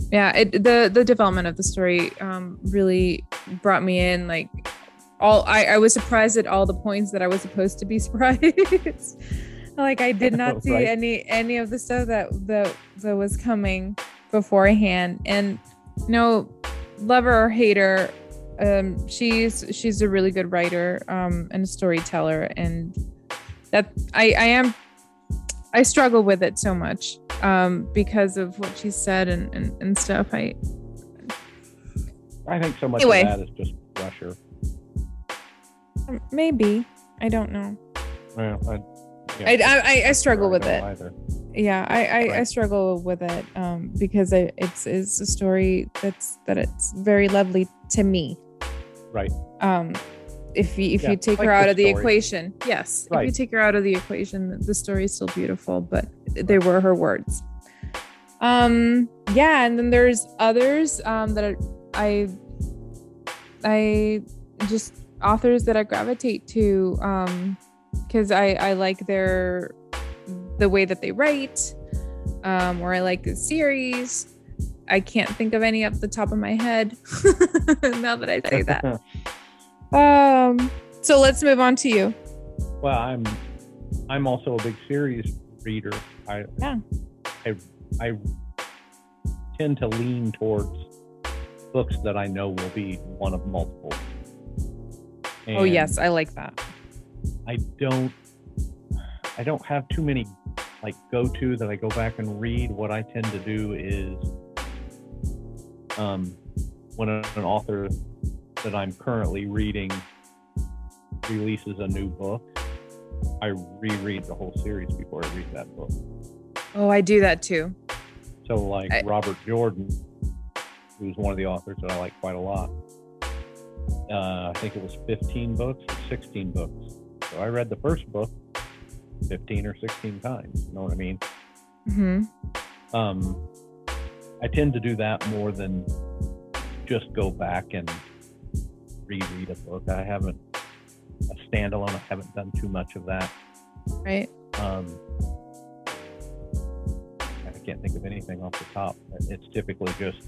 [SPEAKER 2] Yeah, it, the the development of the story um, really brought me in. Like all, I, I was surprised at all the points that I was supposed to be [LAUGHS] surprised. like I
[SPEAKER 1] [LAUGHS]
[SPEAKER 2] did not see
[SPEAKER 1] Right.
[SPEAKER 2] any any of the stuff that that that was coming beforehand. And you know, lover or hater, um, she's she's a really good writer um, and a storyteller, and that I I am I struggle with it so much um, because of what she said and, and, and stuff. I
[SPEAKER 1] I think so much
[SPEAKER 2] Anyway.
[SPEAKER 1] of that is just pressure.
[SPEAKER 2] maybe I don't know.
[SPEAKER 1] Yeah, I, yeah,
[SPEAKER 2] I, I, I- I struggle
[SPEAKER 1] I
[SPEAKER 2] with
[SPEAKER 1] don't
[SPEAKER 2] it.
[SPEAKER 1] either.
[SPEAKER 2] Yeah, I, I, I
[SPEAKER 1] Right.
[SPEAKER 2] struggle with it um, because I, it's it's a story that's that it's very lovely to me.
[SPEAKER 1] Right.
[SPEAKER 2] Um, if you if
[SPEAKER 1] Yeah,
[SPEAKER 2] you take
[SPEAKER 1] like
[SPEAKER 2] her out
[SPEAKER 1] the
[SPEAKER 2] of the
[SPEAKER 1] story.
[SPEAKER 2] equation, yes. If you
[SPEAKER 1] Right.
[SPEAKER 2] take her out of the equation, the- the story is still beautiful, but they were her words. Um, yeah, and then there's others um, that are, I I just authors that I gravitate to um because I I like their the way that they write um or I like the series. I can't think of any up the top of my head [LAUGHS] now that I
[SPEAKER 1] [LAUGHS]
[SPEAKER 2] say that. Um so let's move on to you.
[SPEAKER 1] Well, I'm I'm also a big series reader. I
[SPEAKER 2] Yeah.
[SPEAKER 1] I I tend to lean towards books that I know will be one of multiple.
[SPEAKER 2] oh
[SPEAKER 1] And
[SPEAKER 2] yes, I like that.
[SPEAKER 1] I don't I don't have too many like go to that I go back and read. What I tend to do is um when a- an author that I'm currently reading releases a new book, I reread the whole series before I read that book.
[SPEAKER 2] Oh, I do that too.
[SPEAKER 1] So like
[SPEAKER 2] I-
[SPEAKER 1] Robert Jordan, who's one of the authors that I like quite a lot. Uh, I think it was 15 books or 16 books. So I read the first book 15 or 16 times. You know what I mean?
[SPEAKER 2] hmm
[SPEAKER 1] Um, I tend to do that more than just go back and reread a book. I haven't a standalone. I haven't done too much of that.
[SPEAKER 2] Right.
[SPEAKER 1] Um, I can't think of anything off the top. It's typically just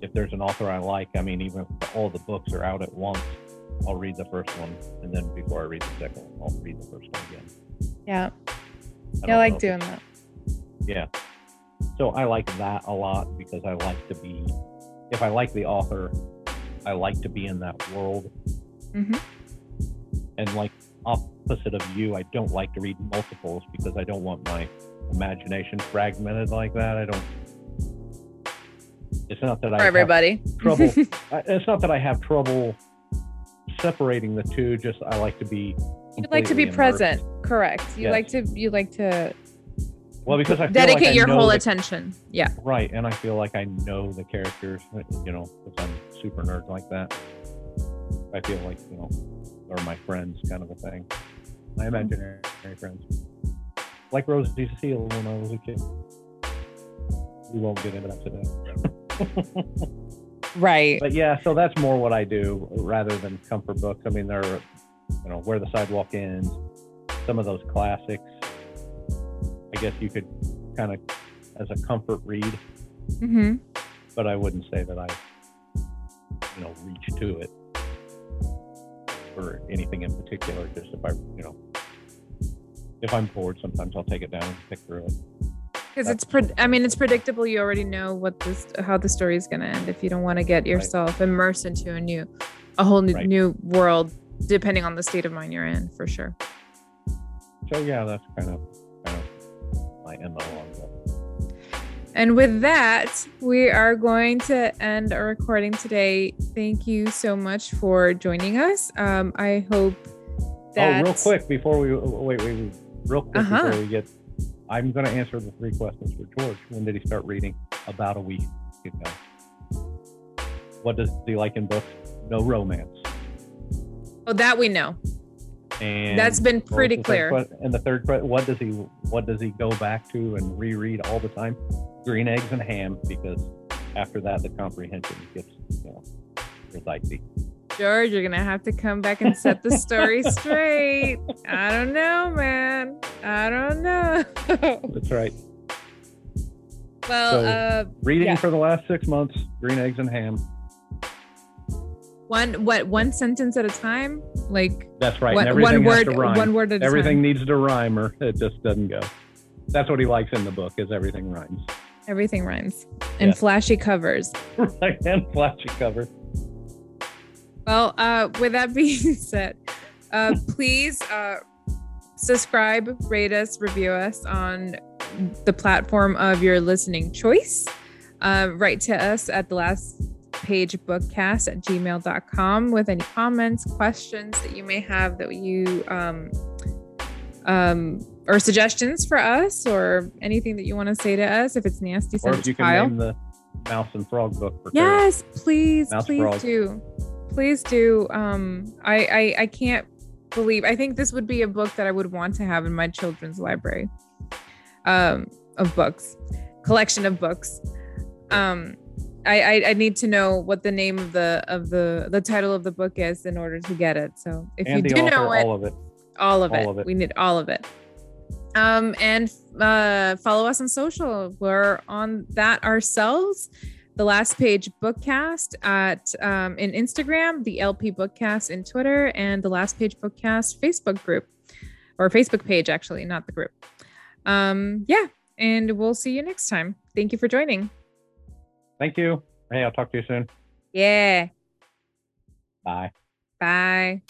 [SPEAKER 1] if there's an author I like, I mean, even if all the books are out at once, I'll read the first one. And then before I read the second one, I'll read the first one again.
[SPEAKER 2] Yeah.
[SPEAKER 1] I
[SPEAKER 2] Yeah, I
[SPEAKER 1] don't
[SPEAKER 2] like
[SPEAKER 1] know if
[SPEAKER 2] doing that.
[SPEAKER 1] yeah. So I like that a lot because I like to be, if I like the author, I like to be in that world.
[SPEAKER 2] Mhm.
[SPEAKER 1] And like opposite of you, I don't like to read multiples because I don't want my imagination fragmented like that. I don't. It's not that I
[SPEAKER 2] For
[SPEAKER 1] have
[SPEAKER 2] everybody. [LAUGHS]
[SPEAKER 1] trouble. I- it's not that I have trouble separating the two. Just I like to be.
[SPEAKER 2] You'd like to
[SPEAKER 1] completely
[SPEAKER 2] be
[SPEAKER 1] immersed.
[SPEAKER 2] present. Correct. You
[SPEAKER 1] Yes.
[SPEAKER 2] like to you like to
[SPEAKER 1] Well, because I feel like
[SPEAKER 2] dedicate
[SPEAKER 1] I
[SPEAKER 2] your
[SPEAKER 1] know
[SPEAKER 2] whole
[SPEAKER 1] the
[SPEAKER 2] attention. Yeah.
[SPEAKER 1] Right, and I feel like I know the characters, uh, you know, because I'm super nerd like that. I feel like, you know, they're my friends kind of a thing. My imaginary friends. Like Rosie Seal when I was a kid. We won't get into that today.
[SPEAKER 2] Right.
[SPEAKER 1] But yeah, so that's more what I do rather than comfort books. I mean, there are, you know, Where the Sidewalk Ends, some of those classics. I guess you could kind of, as a comfort read,
[SPEAKER 2] hmm
[SPEAKER 1] but I wouldn't say that I, you know, reach to it for anything in particular. Just if I, you know, if I'm bored, sometimes I'll take it down and pick through it.
[SPEAKER 2] Because it's pred- I mean it's predictable. You already know what this how the story is gonna end if you don't want to get yourself immersed into a new a whole new,
[SPEAKER 1] Right.
[SPEAKER 2] new world depending on the state of mind you're in for sure.
[SPEAKER 1] So yeah, that's kind of kind of my mo on that. Oh,
[SPEAKER 2] And with that, we are going to end our recording today. Thank you so much for joining us. Um, I hope that
[SPEAKER 1] Oh, real quick before we wait, wait, wait real quick
[SPEAKER 2] Uh-huh.
[SPEAKER 1] before we get, I'm going to answer the three questions for George. When did he start reading? About a week ago. What does he like in books? No romance.
[SPEAKER 2] Oh, that we know.
[SPEAKER 1] And
[SPEAKER 2] That's been
[SPEAKER 1] what was
[SPEAKER 2] pretty
[SPEAKER 1] the third
[SPEAKER 2] clear.
[SPEAKER 1] que- and the third question: What does he what does he go back to and reread all the time? Green eggs and ham, because after that the comprehension gets you know dicey.
[SPEAKER 2] George, you're gonna have to come back and set the
[SPEAKER 1] [LAUGHS]
[SPEAKER 2] story straight. I don't know, man. I don't know.
[SPEAKER 1] That's right.
[SPEAKER 2] well,
[SPEAKER 1] So-
[SPEAKER 2] uh,
[SPEAKER 1] Reading
[SPEAKER 3] Yeah.
[SPEAKER 1] for the last six months: green eggs and ham.
[SPEAKER 2] one what one sentence at a time, like
[SPEAKER 1] That's right. and
[SPEAKER 2] one,
[SPEAKER 1] everything
[SPEAKER 2] one
[SPEAKER 1] has
[SPEAKER 2] word,
[SPEAKER 1] to rhyme.
[SPEAKER 2] one word at a
[SPEAKER 1] everything
[SPEAKER 2] time.
[SPEAKER 1] needs to rhyme, or it just doesn't go. That's what he likes in the book: is everything rhymes. [LAUGHS]
[SPEAKER 2] Everything rhymes and
[SPEAKER 1] Yeah.
[SPEAKER 2] flashy covers.
[SPEAKER 1] right and flashy cover.
[SPEAKER 2] Well, uh, with that [LAUGHS] being said, uh, please uh, subscribe, rate us, review us on the platform of your listening choice. Uh, write to us at the last page bookcast at gmail.com with any comments, questions that you may have that you um, um, or suggestions for us or anything that you want to say to us if it's nasty
[SPEAKER 1] Or
[SPEAKER 2] send
[SPEAKER 1] if
[SPEAKER 2] it to
[SPEAKER 1] you can
[SPEAKER 2] Kyle.
[SPEAKER 1] name the mouse and frog book for Carol.
[SPEAKER 2] Yes, please,
[SPEAKER 1] Mouse
[SPEAKER 2] please
[SPEAKER 1] frog.
[SPEAKER 2] do. Please do. Um, I, I I can't believe I think this would be a book that I would want to have in my children's library. Um, of books. Collection of books. Um I, I, I need to know what the name of the of the the title of the book is in order to get it. So if
[SPEAKER 1] and
[SPEAKER 2] you
[SPEAKER 1] the
[SPEAKER 2] do
[SPEAKER 1] author,
[SPEAKER 2] know it,
[SPEAKER 1] all of it.
[SPEAKER 2] all of,
[SPEAKER 1] All
[SPEAKER 2] it.
[SPEAKER 1] of it.
[SPEAKER 2] We need all of it. Um, and uh, follow us on social. We're on that ourselves. The last page bookcast at um, in Instagram, the LP bookcast in Twitter, and the last page bookcast Facebook group or Facebook page, actually, not the group. Um, yeah, and we'll see you next time. Thank you for joining.
[SPEAKER 1] Thank you. Hey, I'll talk to you soon.
[SPEAKER 2] Yeah,
[SPEAKER 1] Bye.
[SPEAKER 2] bye.